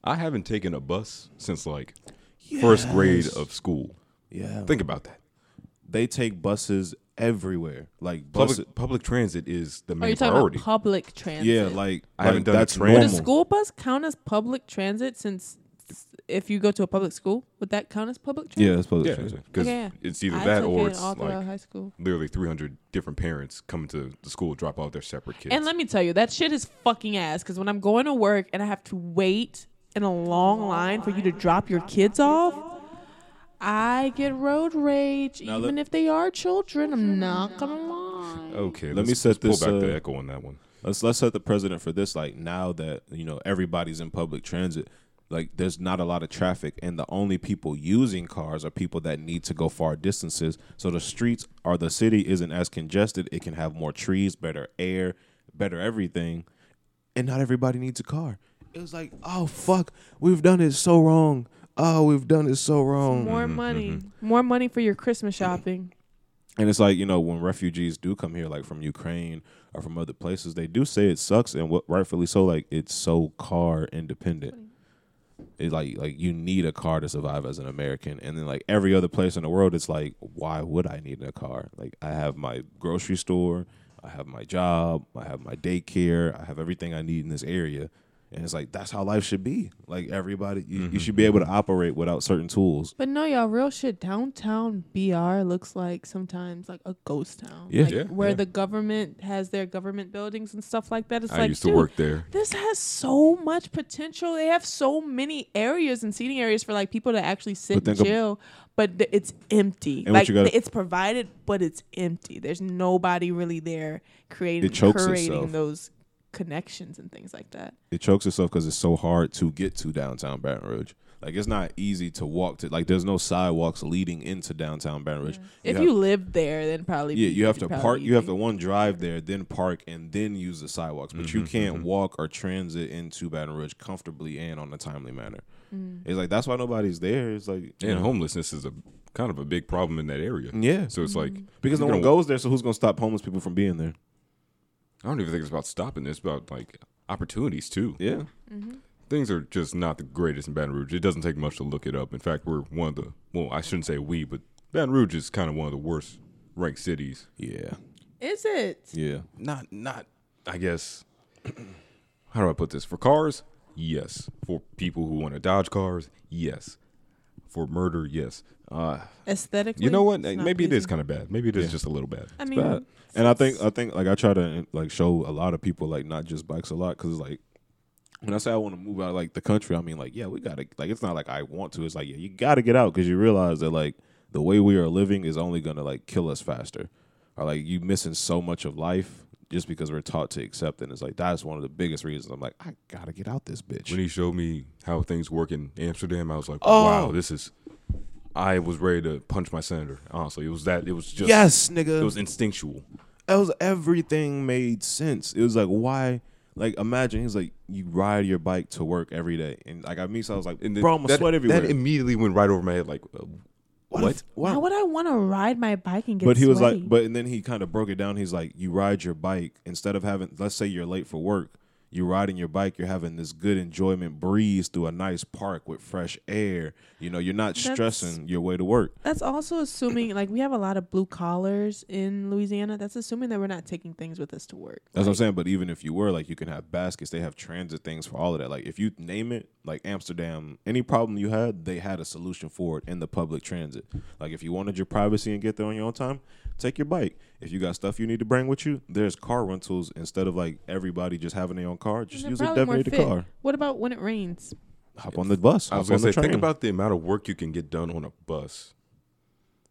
Speaker 1: I haven't taken a bus since like first grade of school.
Speaker 2: Yeah.
Speaker 1: Think about that.
Speaker 2: They take buses everywhere. Like
Speaker 1: Public
Speaker 2: buses.
Speaker 1: public transit is the
Speaker 3: Are
Speaker 1: main
Speaker 3: you Oh, talking
Speaker 1: priority.
Speaker 3: about public transit?
Speaker 2: Yeah, like
Speaker 1: I haven't
Speaker 2: like,
Speaker 1: done a
Speaker 2: that's
Speaker 1: train. But
Speaker 2: normal.
Speaker 1: a
Speaker 3: Does school bus count as public transit? Since s- if you go to a public school, would that count as public transit?
Speaker 2: yeah, that's public
Speaker 1: yeah,
Speaker 2: transit.
Speaker 1: because
Speaker 3: Okay, yeah.
Speaker 1: it's either
Speaker 3: I
Speaker 1: that
Speaker 3: took
Speaker 1: or
Speaker 3: it
Speaker 1: it's
Speaker 3: all throughout
Speaker 1: like
Speaker 3: high school.
Speaker 1: literally 300 different parents coming to the school to drop off their separate kids.
Speaker 3: And let me tell you, that shit is fucking ass. Because when I'm going to work and I have to wait in a long line for you to drop your kids off, I get road rage.
Speaker 2: let-
Speaker 3: even if they are children, I'm not gonna lie.
Speaker 1: okay,
Speaker 2: Let
Speaker 1: let's-
Speaker 2: me set
Speaker 1: let's
Speaker 2: this,
Speaker 1: Pull back the
Speaker 2: uh,
Speaker 1: echo on that one.
Speaker 2: let's let's set the president for this like now that you know everybody's in public transit like there's not a lot of traffic and the only people using cars are people that need to go far distances so the streets or the city isn't as congested it can have more trees better air better everything and not everybody needs a car it was like oh fuck we've done it so wrong oh we've done it so
Speaker 1: Oh,
Speaker 2: wrong
Speaker 3: More
Speaker 1: mm-hmm,
Speaker 3: money. More money for your Christmas shopping.
Speaker 2: and it's like you know when refugees do come here, like from Ukraine or from other places, they do say it sucks, and what rightfully so. Like it's so car independent. It like like you need a car to survive as an American, and then like every other place in the world, it's like why would I need a car? Like I have my grocery store, I have my job, I have my daycare, I have everything I need in this area, and it's like that's how life should be. Like everybody, you, you should be able to operate without certain tools.
Speaker 3: But no, y'all, real shit. Downtown BR looks like sometimes like a ghost town.
Speaker 2: Yeah.
Speaker 3: Like,
Speaker 1: Yeah,
Speaker 3: where
Speaker 1: yeah.
Speaker 3: the government has their government buildings and stuff like that. It's
Speaker 1: I
Speaker 3: like
Speaker 1: used to
Speaker 3: dude,
Speaker 1: work there.
Speaker 3: This has so much potential. They have so many areas and seating areas for like people to actually sit
Speaker 2: But
Speaker 3: and
Speaker 2: think ab-
Speaker 3: chill. But th- it's empty.
Speaker 2: And what
Speaker 3: like
Speaker 2: you gotta-
Speaker 3: th- it's provided, but it's empty. There's nobody really there creating
Speaker 2: It chokes
Speaker 3: creating
Speaker 2: itself.
Speaker 3: those connections and things like that.
Speaker 2: it chokes itself because it's so hard to get to downtown Baton Rouge. Like it's not easy to walk to. Like there's no sidewalks leading into downtown Baton Rouge.
Speaker 3: If
Speaker 2: have-
Speaker 3: you live there, then probably
Speaker 2: yeah, you have to
Speaker 3: probably
Speaker 2: park. You have
Speaker 3: easy.
Speaker 2: to one drive there, then park, and then use the sidewalks. But you can't walk or transit into Baton Rouge comfortably and on a timely manner.
Speaker 3: Mm.
Speaker 2: It's like that's why nobody's there. It's like you
Speaker 1: And
Speaker 2: know,
Speaker 1: homelessness is a kind of a big problem in that area.
Speaker 2: Yeah.
Speaker 1: So it's
Speaker 3: Mm-hmm.
Speaker 1: like
Speaker 2: because no
Speaker 1: you're
Speaker 2: one
Speaker 1: gonna-
Speaker 2: goes there. So who's gonna stop homeless people from being there?
Speaker 1: I don't even think it's about stopping. It's about like opportunities too.
Speaker 2: Yeah,
Speaker 3: Mm-hmm.
Speaker 1: Things are just not the greatest in Baton Rouge. It doesn't take much to look it up. In fact, we're one of the well, I shouldn't say we, but Baton Rouge is kind of one of the worst ranked cities.
Speaker 2: yeah,
Speaker 3: Is it?
Speaker 2: yeah.
Speaker 1: Not not I guess *clears throat* how do I put this? For cars, yes. For people who want to dodge cars, yes. For murder, yes. Uh,
Speaker 3: Aesthetically,
Speaker 1: you know what?
Speaker 3: it's not
Speaker 1: Maybe it is
Speaker 3: pleasing.
Speaker 1: kind of bad. Maybe it is just a little bad.
Speaker 3: I mean,
Speaker 2: bad. And I think I think like I try to like show a lot of people like not just bikes a lot because like When I say I want to move out of, like the country, I mean like yeah, we gotta like it's not like I want to. It's like yeah, you gotta get out because you realize that like the way we are living is only gonna like kill us faster, or like you missing so much of life just because we're taught to accept. it. And it's like that's one of the biggest reasons I'm like I gotta get out this bitch.
Speaker 1: When he showed me how things work in Amsterdam, I was like, wow,
Speaker 2: Oh.
Speaker 1: this is. I was ready to punch my senator. Honestly, it was that. It was just.
Speaker 2: yes, nigga.
Speaker 1: It was instinctual.
Speaker 2: it was everything made sense. It was like why like imagine he's like you ride your bike to work every day and like I mean so I was like
Speaker 1: And
Speaker 2: bro I'm gonna
Speaker 1: that-
Speaker 2: sweat everywhere.
Speaker 1: That immediately went right over my head. Like, uh, what?
Speaker 2: what?
Speaker 3: Why would I want to ride my bike and get?
Speaker 2: But he was
Speaker 3: sweaty?
Speaker 2: like but and then he kind of broke it down. He's like you ride your bike instead of having let's say you're late for work, you're riding your bike, you're having this good enjoyment breeze through a nice park with fresh air. You know, you're not
Speaker 3: That's-
Speaker 2: stressing your way to work.
Speaker 3: That's also assuming like we have a lot of blue collars in Louisiana. That's assuming that we're not taking things with us to work.
Speaker 2: That's what I'm saying. But even if you were, like, you can have baskets. They have transit things for all of that. Like, if you name it, like Amsterdam, any problem you had, they had a solution for it in the public transit. Like, if you wanted your privacy and get there on your own time, take your bike. If you got stuff you need to bring with you, there's car rentals instead of like everybody just having their own car. Just
Speaker 3: They're
Speaker 2: use a
Speaker 3: probably more
Speaker 2: designated
Speaker 3: fit.
Speaker 2: car.
Speaker 3: What about when it rains?
Speaker 2: Hop on the bus.
Speaker 1: I
Speaker 2: Hop
Speaker 1: was
Speaker 2: on
Speaker 1: gonna
Speaker 2: the
Speaker 1: say,
Speaker 2: train.
Speaker 1: think about the amount of work you can get done on a bus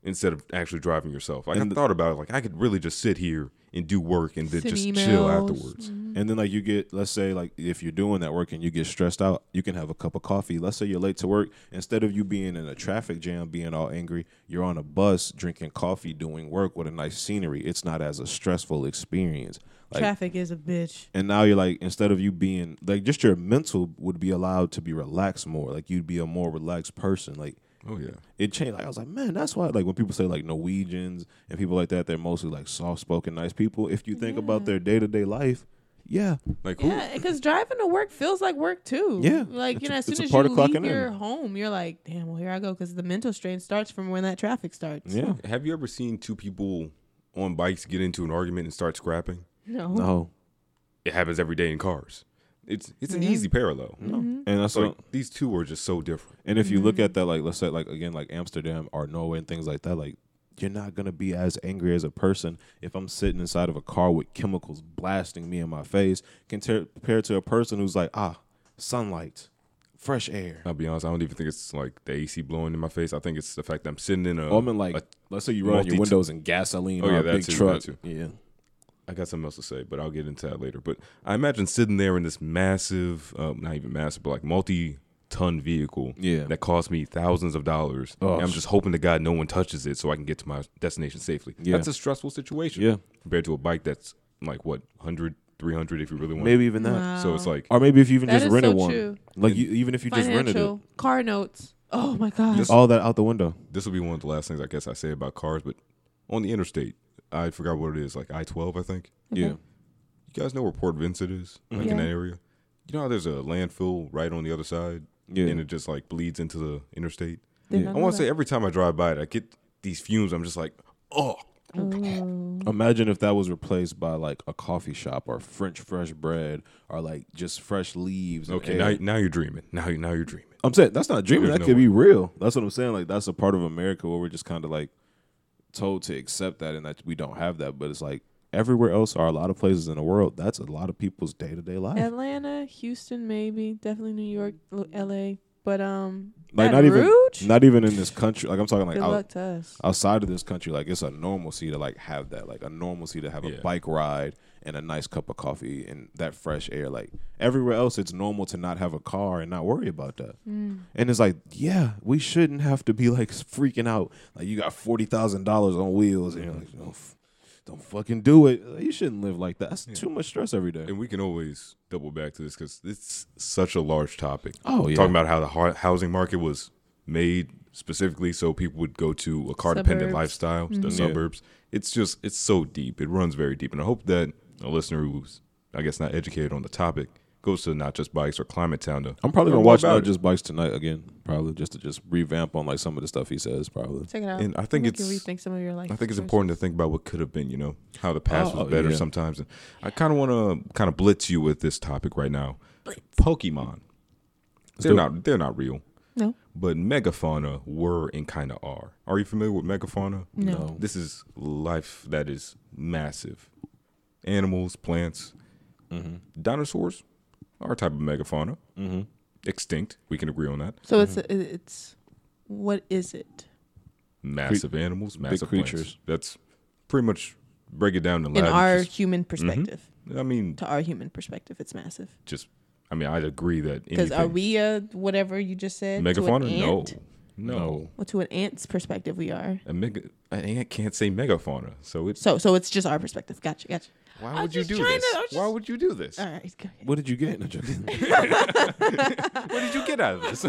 Speaker 1: instead of actually driving yourself. Like, I
Speaker 2: And the-
Speaker 1: thought about it. Like, I could really just sit here and do work and then
Speaker 3: Send
Speaker 1: just chill
Speaker 3: emails.
Speaker 1: afterwards.
Speaker 2: And then like you get, let's say like if you're doing that work and you get stressed out, you can have a cup of coffee. Let's say you're late to work, instead of you being in a traffic jam, being all angry, you're on a bus drinking coffee, doing work with a nice scenery. It's not as a stressful experience. Like,
Speaker 3: Traffic is a bitch.
Speaker 2: and now you're like instead of you being like just your mental would be allowed to be relaxed more. Like you'd be a more relaxed person. Like
Speaker 1: Oh yeah.
Speaker 2: it changed. Like I was like, man, that's why. Like when people say like Norwegians and people like that, they're mostly like soft spoken, nice people. If you think about their day to day life, yeah,
Speaker 1: Like, who,
Speaker 3: Yeah, because driving to work feels like work too.
Speaker 2: Yeah.
Speaker 3: like
Speaker 2: It's
Speaker 3: you know,
Speaker 2: a-
Speaker 3: as
Speaker 2: it's a
Speaker 3: soon as you
Speaker 2: part of
Speaker 3: leave
Speaker 2: clocking in.
Speaker 3: your home, you're like, damn, well here I go, because the mental strain starts from when that traffic starts.
Speaker 2: yeah.
Speaker 1: have you ever seen two people on bikes get into an argument and start scrapping?
Speaker 3: *laughs* No,
Speaker 2: No,
Speaker 1: It happens every day in cars. It's it's an easy parallel.
Speaker 2: no. And that's
Speaker 1: So
Speaker 2: what.
Speaker 1: like, mm-hmm. these two are just so different.
Speaker 2: And if you look at that, like let's say, like again, like Amsterdam or Norway and things like that, like you're not gonna be as angry as a person if I'm sitting inside of a car with chemicals blasting me in my face contar- compared to a person who's like, ah, sunlight, fresh air.
Speaker 1: I'll be honest. I don't even think it's like the AC blowing in my face. I think it's the fact that I'm sitting in a.
Speaker 2: Or Oh, I mean, like
Speaker 1: a-
Speaker 2: let's say you run out your
Speaker 1: multi-
Speaker 2: windows and gasoline
Speaker 1: Oh,
Speaker 2: or
Speaker 1: yeah,
Speaker 2: a
Speaker 1: that
Speaker 2: big
Speaker 1: too, that
Speaker 2: truck.
Speaker 1: too.
Speaker 2: Yeah.
Speaker 1: I got something else to say, but I'll get into that later. But I imagine sitting there in this massive, um, not even massive, but like multi-ton vehicle
Speaker 2: Yeah.
Speaker 1: that cost me thousands of dollars.
Speaker 2: Oh,
Speaker 1: and I'm
Speaker 2: sh-
Speaker 1: just hoping to God no one touches it so I can get to my destination safely.
Speaker 2: Yeah.
Speaker 1: That's a stressful situation
Speaker 2: Yeah.
Speaker 1: compared to a bike that's like what 100, 300 if you really want.
Speaker 2: Maybe even that.
Speaker 3: Wow.
Speaker 1: So it's like
Speaker 2: Or maybe if you even
Speaker 3: That
Speaker 2: just
Speaker 3: is
Speaker 2: rented
Speaker 3: so
Speaker 2: one.
Speaker 3: true.
Speaker 2: Like you, even if you just rented it.
Speaker 3: financial car notes. Oh my god,
Speaker 1: This-
Speaker 2: All that out the window.
Speaker 1: this will be one of the last things I guess I say about cars. But on the interstate, I forgot what it is, like I-12, I think.
Speaker 3: Mm-hmm.
Speaker 2: Yeah.
Speaker 1: You guys know where Port Vincent is, like in
Speaker 3: Yeah.
Speaker 1: that area. You know how there's a landfill right on the other side,
Speaker 2: Yeah.
Speaker 1: and it just like bleeds into the interstate.
Speaker 3: Did
Speaker 2: Yeah.
Speaker 3: not
Speaker 1: I
Speaker 3: know
Speaker 1: want to say
Speaker 3: that.
Speaker 1: every time I drive by it, I get these fumes. I'm just like, oh,
Speaker 3: Oh.
Speaker 2: Imagine if that was replaced by like a coffee shop or French fresh bread or like just fresh leaves. and
Speaker 1: okay,
Speaker 2: air.
Speaker 1: now, now you're dreaming. Now you now you're dreaming.
Speaker 2: I'm saying that's not dreaming.
Speaker 1: There's
Speaker 2: That
Speaker 1: no
Speaker 2: could be real. That's what I'm saying. Like that's a part of America where we're just kind of like told to accept that and that we don't have that. But it's like everywhere else are a lot of places in the world. That's a lot of people's day to day *laughs* life.
Speaker 3: Atlanta, Houston, maybe definitely New York, L- L.A. But um,
Speaker 2: like
Speaker 3: Baton
Speaker 2: not even
Speaker 3: Rouge?
Speaker 2: not even in this country. Like I'm talking like
Speaker 3: good
Speaker 2: out,
Speaker 3: luck to us.
Speaker 2: outside of this country. Like it's a normalcy to like have that. Like a normalcy to have
Speaker 1: Yeah.
Speaker 2: a bike ride and a nice cup of coffee and that fresh air. Like everywhere else, it's normal to not have a car and not worry about that.
Speaker 3: Mm.
Speaker 2: And it's like, yeah, we shouldn't have to be like freaking out. Like you got forty thousand dollars on wheels, and you're like, don't, f- don't fucking do it. Like, you shouldn't live like that. That's too much stress every day.
Speaker 1: And we can always double back to this because it's such a large topic.
Speaker 2: Oh, yeah.
Speaker 1: talking about how the har- housing market was made specifically so people would go to a car dependent
Speaker 3: Suburbs.
Speaker 1: lifestyle, the
Speaker 2: Yeah.
Speaker 1: suburbs. It's just it's so deep. It runs very deep, and I hope that a listener who's I guess not educated on the topic goes to not just bikes or climate town to.
Speaker 2: I'm probably
Speaker 1: learn
Speaker 2: gonna
Speaker 1: more
Speaker 2: watch
Speaker 1: about
Speaker 2: Not
Speaker 1: it.
Speaker 2: Just Bikes tonight again, probably just to just revamp on like some of the stuff he says, probably.
Speaker 3: Check it out.
Speaker 1: And I think
Speaker 3: you can
Speaker 1: it's-
Speaker 3: rethink some of your life.
Speaker 1: I think it's
Speaker 3: choices.
Speaker 1: important to think about what could have been, you know, how the past
Speaker 2: Oh,
Speaker 1: was better
Speaker 2: yeah.
Speaker 1: sometimes. And I kind of want to kind of blitz you with this topic right now. Pokemon. They're
Speaker 2: do it.
Speaker 1: not they're not real.
Speaker 3: No,
Speaker 1: but megafauna were and kind of are. Are you familiar with megafauna?
Speaker 3: no.
Speaker 2: No.
Speaker 1: This is life that Mm-hmm. is massive. Animals, plants, dinosaurs, our type of megafauna, extinct. We can agree on that.
Speaker 3: So it's it's what is it
Speaker 1: Massive animals, massive
Speaker 2: creatures.
Speaker 1: creatures. That's pretty much break it down to
Speaker 3: in our
Speaker 1: latitudes.
Speaker 3: human perspective?
Speaker 1: I mean,
Speaker 3: To our human perspective, it's massive.
Speaker 1: just I mean, I'd agree that
Speaker 3: Because are
Speaker 1: anything-
Speaker 3: we a whatever you just said? To
Speaker 1: megafauna?
Speaker 3: an
Speaker 1: No,
Speaker 3: ant?
Speaker 1: no.
Speaker 3: Well, to an ant's perspective, we are.
Speaker 1: A mega, an ant can't say megafauna, so it's
Speaker 3: So so it's just our perspective. Gotcha, gotcha.
Speaker 1: why
Speaker 3: I
Speaker 1: would
Speaker 3: was
Speaker 1: you
Speaker 3: just
Speaker 1: do
Speaker 3: trying
Speaker 1: this?
Speaker 3: to- I was
Speaker 1: Why
Speaker 3: just-
Speaker 1: would you do this?
Speaker 3: All right. Go ahead.
Speaker 2: What did you
Speaker 3: *laughs*
Speaker 2: get? No, joking.
Speaker 1: What did you get out of this?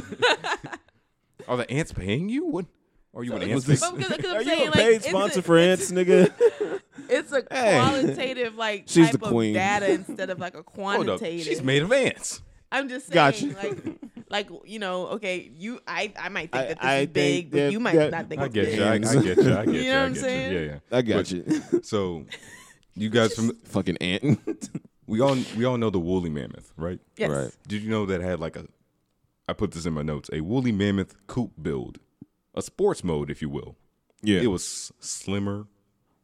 Speaker 1: *laughs* are the ants paying you? What? Are you an ant?
Speaker 2: was
Speaker 1: pig?
Speaker 2: this-
Speaker 3: But 'cause- 'cause I'm
Speaker 2: Are you
Speaker 3: saying,
Speaker 2: a
Speaker 3: like,
Speaker 2: paid
Speaker 3: it's
Speaker 2: sponsor
Speaker 3: a-
Speaker 2: for ants, nigga?
Speaker 3: *laughs* It's a
Speaker 2: Hey.
Speaker 3: qualitative like
Speaker 2: She's
Speaker 3: type
Speaker 2: the queen.
Speaker 1: *laughs*
Speaker 3: of data instead of like a
Speaker 1: Hold up,
Speaker 3: quantitative.
Speaker 1: she's made of ants.
Speaker 3: I'm just saying,
Speaker 2: Gotcha.
Speaker 3: like, like you know, okay, you, I, I might think
Speaker 2: I-
Speaker 3: that this
Speaker 2: I
Speaker 3: is big,
Speaker 2: think
Speaker 3: but
Speaker 2: that-
Speaker 3: you might
Speaker 2: that-
Speaker 3: not think
Speaker 1: I
Speaker 3: it's
Speaker 1: get
Speaker 3: big.
Speaker 1: you. I, I
Speaker 2: Ants.
Speaker 1: get you. I get *laughs* you. I get
Speaker 3: You know what I'm
Speaker 1: you.
Speaker 3: saying?
Speaker 1: Yeah, yeah.
Speaker 2: I got
Speaker 1: But-
Speaker 2: you. *laughs*
Speaker 1: So, you guys, from
Speaker 2: Fucking ant.
Speaker 1: we all we all know the woolly mammoth, right?
Speaker 3: Yes.
Speaker 2: Right.
Speaker 1: Did you know that had like a? I put this in my notes. A woolly mammoth coop build, a sports mode, if you will.
Speaker 2: *laughs* Yeah.
Speaker 1: It was s- slimmer,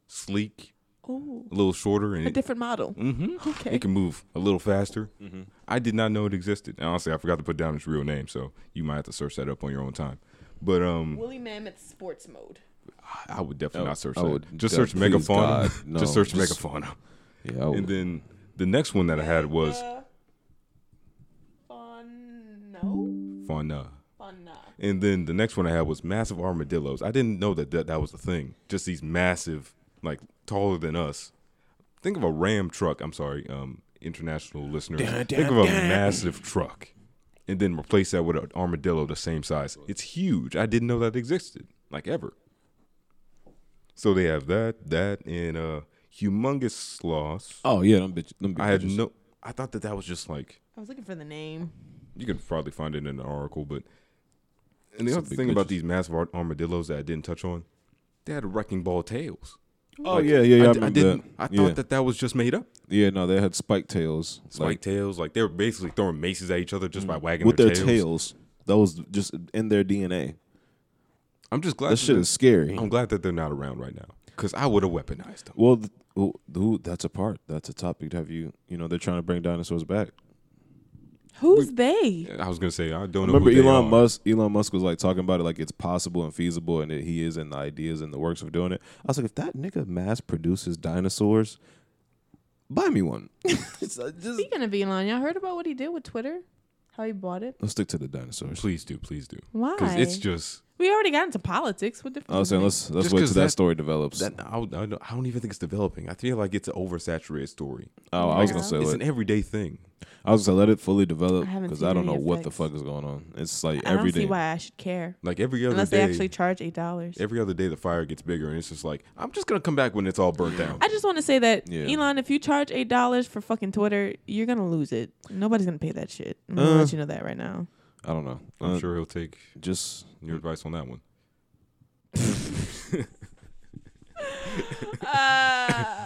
Speaker 1: sleek,
Speaker 3: Oh,
Speaker 1: a little shorter, and
Speaker 3: a
Speaker 1: it,
Speaker 3: different model. Mm-hmm. *laughs* Okay.
Speaker 1: it can move a little faster.
Speaker 2: Mm-hmm.
Speaker 1: I did not know it existed. And honestly, I forgot to put down its real name, so you might have to search that up on your own time. But um,
Speaker 3: Woolly mammoth sports mode.
Speaker 1: I- I would definitely
Speaker 2: Oh,
Speaker 1: not search
Speaker 2: I
Speaker 1: that.
Speaker 2: would
Speaker 1: Just
Speaker 2: de-
Speaker 1: search
Speaker 2: please, God,
Speaker 1: megafauna.
Speaker 2: no.
Speaker 1: *laughs* just search
Speaker 2: Just-
Speaker 1: megafauna.
Speaker 2: yeah. oh.
Speaker 1: And then the next one that I had was
Speaker 3: Fun. No.
Speaker 1: fauna.
Speaker 3: Fun. not.
Speaker 1: And then the next one I had was massive armadillos. I didn't know that that, that was a thing. Just these massive, like taller than us. Think of a Ram truck. I'm sorry, um, international listeners. Think of a massive truck, and then replace that with an armadillo the same size. It's huge. I didn't know that existed, like ever. So they have that, that, and uh, humongous sloths.
Speaker 2: Oh yeah, them bitch. Them bitch
Speaker 1: I had no. I thought that that was just like
Speaker 3: I was looking for the name.
Speaker 1: you could probably find it in an article, but and the
Speaker 2: Some
Speaker 1: other
Speaker 2: big
Speaker 1: thing about
Speaker 2: bitches.
Speaker 1: these massive ar- armadillos that I didn't touch on, they had wrecking ball tails.
Speaker 2: Oh yeah, yeah, yeah. I,
Speaker 1: I, d- I
Speaker 2: remember
Speaker 1: didn't.
Speaker 2: That.
Speaker 1: I thought
Speaker 2: yeah.
Speaker 1: that that was just made up.
Speaker 2: Yeah, no, they had spike tails.
Speaker 1: Spike tails, like they were basically throwing maces at each other just by wagging
Speaker 2: with
Speaker 1: their,
Speaker 2: their
Speaker 1: tails.
Speaker 2: tails. That was just in their DNA.
Speaker 1: I'm just glad
Speaker 2: That shit
Speaker 1: they're-
Speaker 2: is scary.
Speaker 1: *laughs* I'm glad that they're not around right now because I would have weaponized them.
Speaker 2: Well, th- well, dude, that's a part. That's a topic. Have you, you know, they're trying to bring dinosaurs back.
Speaker 3: Who's they?
Speaker 1: I was gonna say I don't know.
Speaker 2: Remember,
Speaker 1: who they
Speaker 2: Elon
Speaker 1: are.
Speaker 2: Musk? Elon Musk was like talking about it, like it's possible and feasible, and that he is in the ideas and the works of doing it. I was like, if that nigga mass produces dinosaurs, buy me one. *laughs* It's, uh, just-
Speaker 3: Speaking of Elon, y'all heard about what he did with Twitter? How he bought it?
Speaker 2: let's stick to the dinosaurs.
Speaker 1: Please do, please do.
Speaker 3: Why?
Speaker 1: it's just
Speaker 3: we already got into politics. What difference?
Speaker 2: I was
Speaker 3: does it
Speaker 2: saying, let's let's
Speaker 1: Just
Speaker 2: wait
Speaker 1: 'cause
Speaker 2: till that,
Speaker 1: that-
Speaker 2: story develops.
Speaker 1: that. I, would- I don't- I don't even think it's developing. I feel like it's an oversaturated story.
Speaker 2: oh, I was gonna say,
Speaker 1: It's
Speaker 2: let,
Speaker 1: an everyday thing.
Speaker 2: I was gonna say, let it fully develop
Speaker 3: I haven't
Speaker 2: because
Speaker 3: seen
Speaker 2: I don't
Speaker 3: any
Speaker 2: know what the
Speaker 3: effects.
Speaker 2: fuck is going on. It's like
Speaker 3: make? I don't see
Speaker 2: everything.
Speaker 3: why I should care
Speaker 1: Like every other
Speaker 3: unless
Speaker 1: day,
Speaker 3: they actually charge eight dollars.
Speaker 1: every other day the fire gets bigger and it's just like i'm just gonna come back when it's all burnt down
Speaker 3: I just want to say that
Speaker 2: Yeah.
Speaker 3: Elon, if you charge eight dollars for fucking Twitter, you're gonna lose it. Nobody's gonna pay that shit. I'm gonna
Speaker 2: Uh.
Speaker 3: let you know that right now.
Speaker 2: I don't know.
Speaker 1: *laughs* i'm
Speaker 2: Uh,
Speaker 1: sure he'll take
Speaker 2: Just
Speaker 1: your advice on that one
Speaker 3: *laughs* Uh,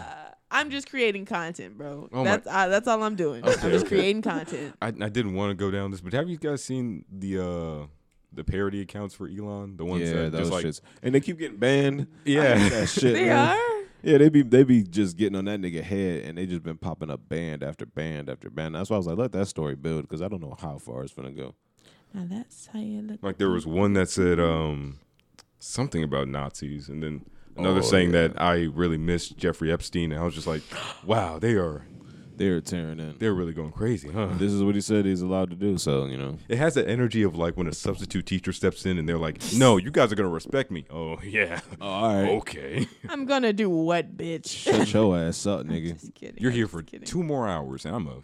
Speaker 3: I'm just creating content, bro.
Speaker 1: Oh my-
Speaker 3: that's uh, that's all I'm doing. I'm just creating content.
Speaker 1: i, I didn't want to go down this but have you guys seen the uh the parody accounts for elon the ones
Speaker 2: yeah,
Speaker 1: that
Speaker 2: those
Speaker 1: just like
Speaker 2: shits, and they keep getting banned. I hate *laughs*
Speaker 1: yeah
Speaker 2: that shit.
Speaker 3: They
Speaker 2: man.
Speaker 3: are.
Speaker 2: Yeah, they be they be just getting on that nigga head, and they just been popping up band after band after band. That's why I was like, let that story build because I don't know how far it's gonna go.
Speaker 3: Now that's how you look.
Speaker 1: like there was one that said um something about nazis and then another
Speaker 2: Oh,
Speaker 1: saying
Speaker 2: yeah.
Speaker 1: that i really miss jeffrey epstein and i was just like *gasps* wow they are
Speaker 2: They're tearing in.
Speaker 1: they're really going crazy huh
Speaker 2: this is what he said he's allowed to do. So you know,
Speaker 1: it has that energy of like when a substitute teacher steps in and they're like no you guys are gonna respect me oh *laughs* yeah
Speaker 2: all right,
Speaker 1: okay
Speaker 3: I'm gonna do what, bitch?
Speaker 2: shut your ass up, nigga.
Speaker 3: Just kidding.
Speaker 1: You're
Speaker 3: I'm
Speaker 1: here
Speaker 3: just
Speaker 1: for
Speaker 3: kidding.
Speaker 1: two more hours, and I'm a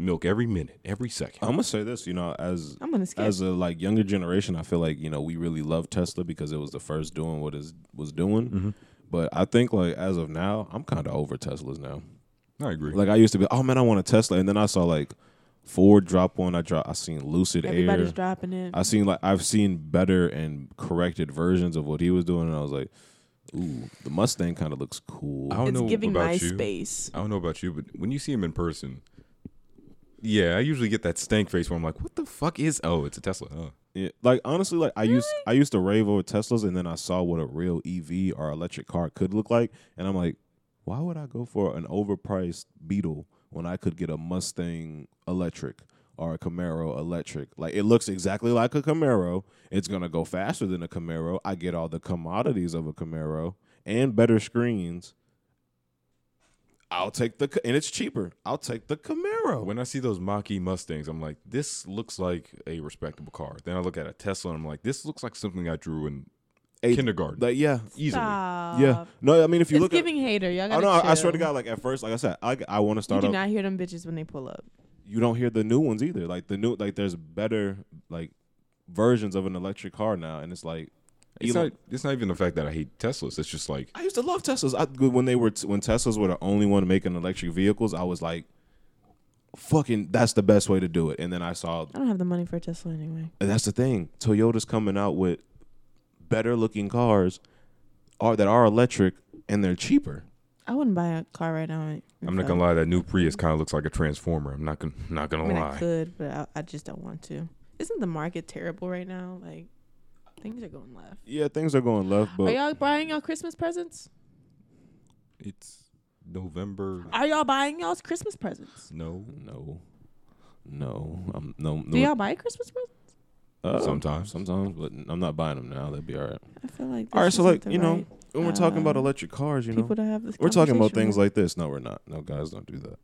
Speaker 1: milk every minute, every second.
Speaker 2: *laughs* I'm gonna say this, you know, as
Speaker 3: I'm gonna skip.
Speaker 2: as a like younger generation, I feel like you know we really love Tesla because it was the first doing what it was doing.
Speaker 3: Mm-hmm.
Speaker 2: But I think like as of now, I'm kind of over Teslas now.
Speaker 1: I agree.
Speaker 2: Like I used to be, oh man, I want a Tesla, and then I saw like Ford drop one. I drop, I seen Lucid
Speaker 3: Everybody's
Speaker 2: Air.
Speaker 3: dropping it.
Speaker 2: I seen like I've seen better and corrected versions of what he was doing, and I was like, ooh, the Mustang kind of looks cool.
Speaker 1: I don't
Speaker 3: it's
Speaker 1: know
Speaker 3: giving
Speaker 1: about you.
Speaker 3: MySpace.
Speaker 1: I don't know about you, but when you see him in person, yeah, I usually get that stank face where I'm like, "What the fuck is? Oh, it's a Tesla." Huh.
Speaker 2: Yeah, like honestly, like I used I used to rave over Teslas, and then I saw what a real EV or electric car could look like, and I'm like, why would I go for an overpriced Beetle when I could get a Mustang electric? or a Camaro electric. Like it looks exactly like a Camaro. It's gonna go faster than a Camaro. I get all the commodities of a Camaro and better screens. I'll take the Ca- and it's cheaper. I'll take the Camaro.
Speaker 1: When I see those Mach-E Mustangs, I'm like, this looks like a respectable car. Then I look at a Tesla, and I'm like, this looks like something I drew in
Speaker 2: A-
Speaker 1: kindergarten.
Speaker 2: Like yeah,
Speaker 1: easily.
Speaker 3: Stop.
Speaker 2: yeah. No, I mean if you
Speaker 3: it's
Speaker 2: look
Speaker 3: giving hater. Y'all
Speaker 2: at, I
Speaker 3: gotta
Speaker 2: know. Oh, I, I swear to
Speaker 3: chill.
Speaker 2: God, like at first, like I said, I I want to
Speaker 3: You
Speaker 2: start
Speaker 3: do
Speaker 2: up.
Speaker 3: not hear them bitches when they pull up.
Speaker 2: you don't hear the new ones either. Like the new, like there's better like versions of an electric car now, and it's like
Speaker 1: It's
Speaker 2: Elon-
Speaker 1: not. It's not even the fact that I hate Teslas. It's just like
Speaker 2: I used to love Teslas. I, when they were when Teslas were the only one making electric vehicles, I was like, "Fucking, that's the best way to do it." And then I saw
Speaker 3: I don't have the money for a Tesla anyway.
Speaker 2: and that's the thing. Toyota's coming out with better looking cars are that are electric and they're cheaper.
Speaker 3: I wouldn't buy a car right now. and-
Speaker 1: I'm not gonna lie. That new Prius kind of looks like a transformer. I'm not gonna. Not gonna
Speaker 3: I mean, I
Speaker 1: lie.
Speaker 3: could, but I, I just don't want to. Isn't the market terrible right now? Like things are going left.
Speaker 2: Yeah, things are going left,
Speaker 3: Are
Speaker 2: but
Speaker 3: y'all buying y'all Christmas presents?
Speaker 1: It's November.
Speaker 3: Are y'all buying y'all's Christmas presents?
Speaker 1: No.
Speaker 2: no, no, I'm no, no
Speaker 3: Do y'all buy Christmas presents?
Speaker 2: uh,
Speaker 1: Sometimes.
Speaker 2: sometimes, but I'm not buying them now. That'd be all right.
Speaker 3: I feel like
Speaker 2: All right,
Speaker 3: this
Speaker 2: so like
Speaker 3: isn't the
Speaker 2: you know,
Speaker 3: right
Speaker 2: when we're talking about
Speaker 3: um,
Speaker 2: electric cars, you know,
Speaker 3: people to have this.
Speaker 2: we're talking about
Speaker 3: conversation
Speaker 2: things
Speaker 3: with.
Speaker 2: like this. No, we're not. No, guys, don't do that.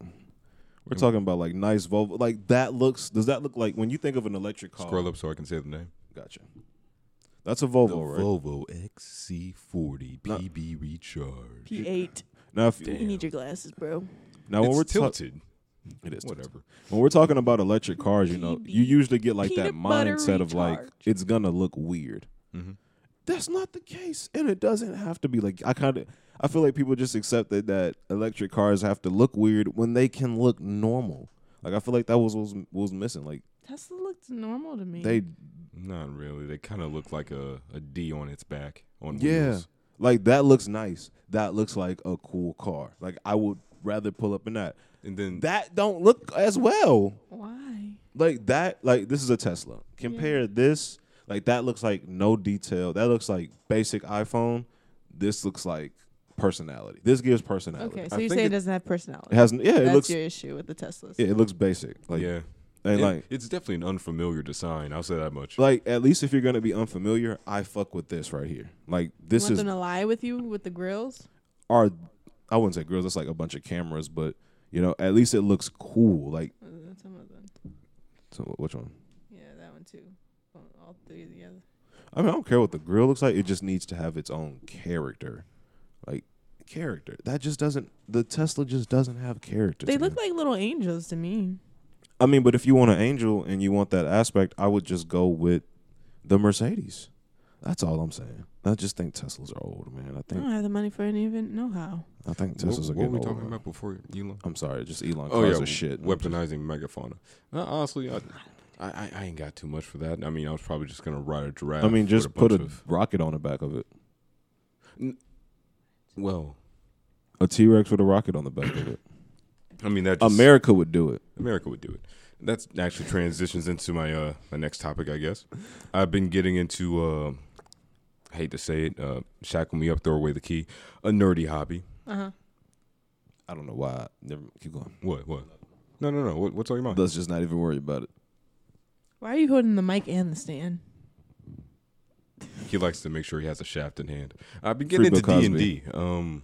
Speaker 2: We're talking about like nice Volvo. Like that looks. Does that look like when you think of an electric car?
Speaker 1: Scroll up so I can say the name.
Speaker 2: Gotcha. That's a Volvo, right?
Speaker 1: Volvo XC40
Speaker 2: No.
Speaker 1: PB Recharge.
Speaker 3: P8.
Speaker 2: now, if
Speaker 3: You need your glasses, bro.
Speaker 2: now when
Speaker 1: It's
Speaker 2: we're tilted,
Speaker 1: tilted,
Speaker 2: it is
Speaker 1: whatever.
Speaker 2: When we're talking about electric cars, you know, you
Speaker 3: PB,
Speaker 2: usually get like that
Speaker 3: peanut butter
Speaker 2: mindset of like
Speaker 3: recharge.
Speaker 2: it's gonna look weird. That's not the case, and it doesn't have to be like I kind of I feel like people just accept that that electric cars have to look weird when they can look normal. Like I feel like that was was, was missing. Like
Speaker 3: Tesla looked normal to me.
Speaker 2: they
Speaker 1: Not really. They kind of look like a, a D on its back on
Speaker 2: yeah,
Speaker 1: wheels.
Speaker 2: like that looks nice. That looks like a cool car. Like I would rather pull up in that.
Speaker 1: And then
Speaker 2: That don't look as well.
Speaker 3: Why?
Speaker 2: like that like this is a tesla compare this like that looks like no detail that looks like basic iphone this looks like personality this gives personality
Speaker 3: Okay, so
Speaker 2: I
Speaker 3: you
Speaker 2: think
Speaker 3: say it
Speaker 2: it,
Speaker 3: doesn't have personality.
Speaker 2: it has yeah it
Speaker 3: That's
Speaker 2: looks
Speaker 3: your issue with the Teslas.
Speaker 2: yeah, it looks basic like
Speaker 1: yeah,
Speaker 2: and
Speaker 1: It-
Speaker 2: like
Speaker 1: it's definitely an unfamiliar design. I'll say that much.
Speaker 2: like at least if you're gonna be unfamiliar i fuck with this right here like
Speaker 3: You
Speaker 2: this
Speaker 3: want
Speaker 2: is
Speaker 3: them to lie with you with the grills?
Speaker 2: our i wouldn't say girls that's like a bunch of cameras but you know at least it looks cool like
Speaker 3: Uh, Some of them.
Speaker 2: so which one
Speaker 3: Yeah, that one too. All- All three together.
Speaker 2: I mean, I don't care what the grill looks like. It just needs to have its own character, like character. That just doesn't. The Tesla just doesn't have character.
Speaker 3: They
Speaker 2: to
Speaker 3: look
Speaker 2: me.
Speaker 3: like little angels to me.
Speaker 2: I mean, but if you want an angel and you want that aspect, I would just go with the Mercedes. That's all I'm saying. I just think Teslas are old, man. I
Speaker 3: I don't
Speaker 2: think
Speaker 3: have the money for it even know how.
Speaker 2: I think
Speaker 1: What-
Speaker 2: Teslas
Speaker 1: what
Speaker 2: are getting
Speaker 1: were
Speaker 2: old.
Speaker 1: we talking about before Elon?
Speaker 2: I'm sorry, just Elon
Speaker 1: Oh
Speaker 2: cars
Speaker 1: yeah,
Speaker 2: are shit.
Speaker 1: weaponizing megafauna. Uh, honestly, I, I I- I ain't got too much for that. I mean, I was probably just gonna ride a giraffe.
Speaker 2: I mean,
Speaker 1: with
Speaker 2: just put a
Speaker 1: bunch of,
Speaker 2: rocket on the back of it.
Speaker 1: well.
Speaker 2: A T Rex with a rocket on the back *laughs* of it.
Speaker 1: I mean that just,
Speaker 2: America would do it.
Speaker 1: America would do it. That's actually transitions into my uh my next topic, I guess. I've been getting into uh I hate to say it, uh shackle me up, throw away the key. A nerdy hobby.
Speaker 3: Uh huh.
Speaker 2: I don't know why. Never keep going.
Speaker 1: What, what? No, no, no. What, what's on your mind?
Speaker 2: Let's just not even worry about it.
Speaker 3: Why are you holding the mic and the stand?
Speaker 1: he likes to make sure he has a shaft in hand. I've been
Speaker 2: Free
Speaker 1: getting into
Speaker 2: Bill
Speaker 1: D and D. Um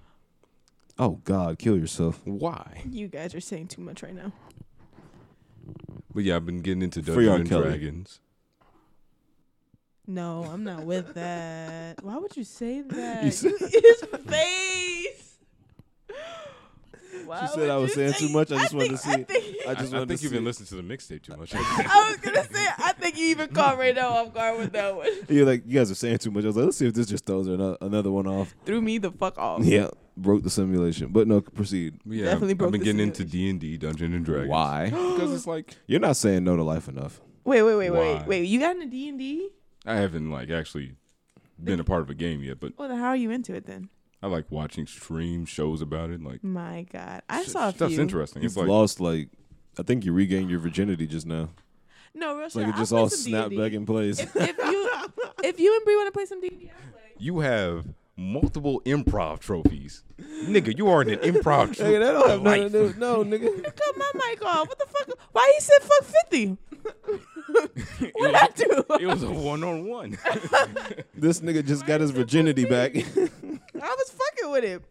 Speaker 2: Oh God, kill yourself.
Speaker 1: why?
Speaker 3: You guys are saying too much right now.
Speaker 1: But yeah, I've been getting into
Speaker 2: Free
Speaker 1: Dungeons
Speaker 2: R.
Speaker 1: and
Speaker 2: Kelly.
Speaker 1: Dragons.
Speaker 3: No, I'm not *laughs* with that. Why would you say that?
Speaker 2: You *laughs* said-
Speaker 3: His face. Why
Speaker 2: She said
Speaker 3: would
Speaker 2: I was
Speaker 3: you
Speaker 2: saying
Speaker 3: say-
Speaker 2: too much. I just wanted to
Speaker 3: think-
Speaker 2: see
Speaker 3: I think,
Speaker 1: I,
Speaker 2: I just
Speaker 1: I
Speaker 2: wanted
Speaker 1: think
Speaker 2: to
Speaker 1: you've
Speaker 2: see
Speaker 1: been
Speaker 2: it.
Speaker 1: listening to the mixtape too much.
Speaker 3: *laughs* I was gonna say. I think you even caught Rayno off guard with that one.
Speaker 2: You're like, you guys are saying too much. I was like, let's see if this just throws ano- another one off.
Speaker 3: Threw me the fuck
Speaker 1: Oh.
Speaker 3: off.
Speaker 2: Yeah, broke the simulation. But no, proceed.
Speaker 1: yeah,
Speaker 3: Definitely
Speaker 1: I've,
Speaker 3: broke
Speaker 1: I've been
Speaker 3: the
Speaker 1: getting into D and D, Dungeons and Dragons. *gasps* Because it's like
Speaker 2: You're not saying no to life enough.
Speaker 3: Wait, wait, wait,
Speaker 1: Why?
Speaker 3: wait, wait. You got into D and D?
Speaker 1: I haven't like actually been a part of a game yet, but
Speaker 3: Well, then how are you into it then?
Speaker 1: I like watching stream shows about it. Like
Speaker 3: My God, I
Speaker 1: sh-
Speaker 3: saw a
Speaker 1: stuff's
Speaker 3: few.
Speaker 1: interesting.
Speaker 2: You've
Speaker 1: It's like
Speaker 2: lost like, I think you regained your virginity just now.
Speaker 3: No, real
Speaker 2: It's
Speaker 3: shit.
Speaker 2: like it
Speaker 3: I
Speaker 2: just
Speaker 3: play
Speaker 2: all
Speaker 3: some
Speaker 2: snapped
Speaker 3: *laughs*
Speaker 2: *laughs*
Speaker 3: D&D.
Speaker 2: back in place.
Speaker 3: If you, if you and Bree want to play some D and D,
Speaker 1: you have multiple improv trophies. Nigga, you are in an
Speaker 3: *laughs*
Speaker 1: improv trophy.
Speaker 2: Nigga, that don't have nothing to
Speaker 1: life.
Speaker 2: do. No,
Speaker 1: *laughs*
Speaker 2: nigga.
Speaker 3: Cut my mic off. What the fuck? Why he said fuck
Speaker 2: *laughs*
Speaker 3: 50? what I do?
Speaker 1: *laughs* It was a one on one.
Speaker 2: This nigga just got his virginity back.
Speaker 3: *laughs* I was fucking with him.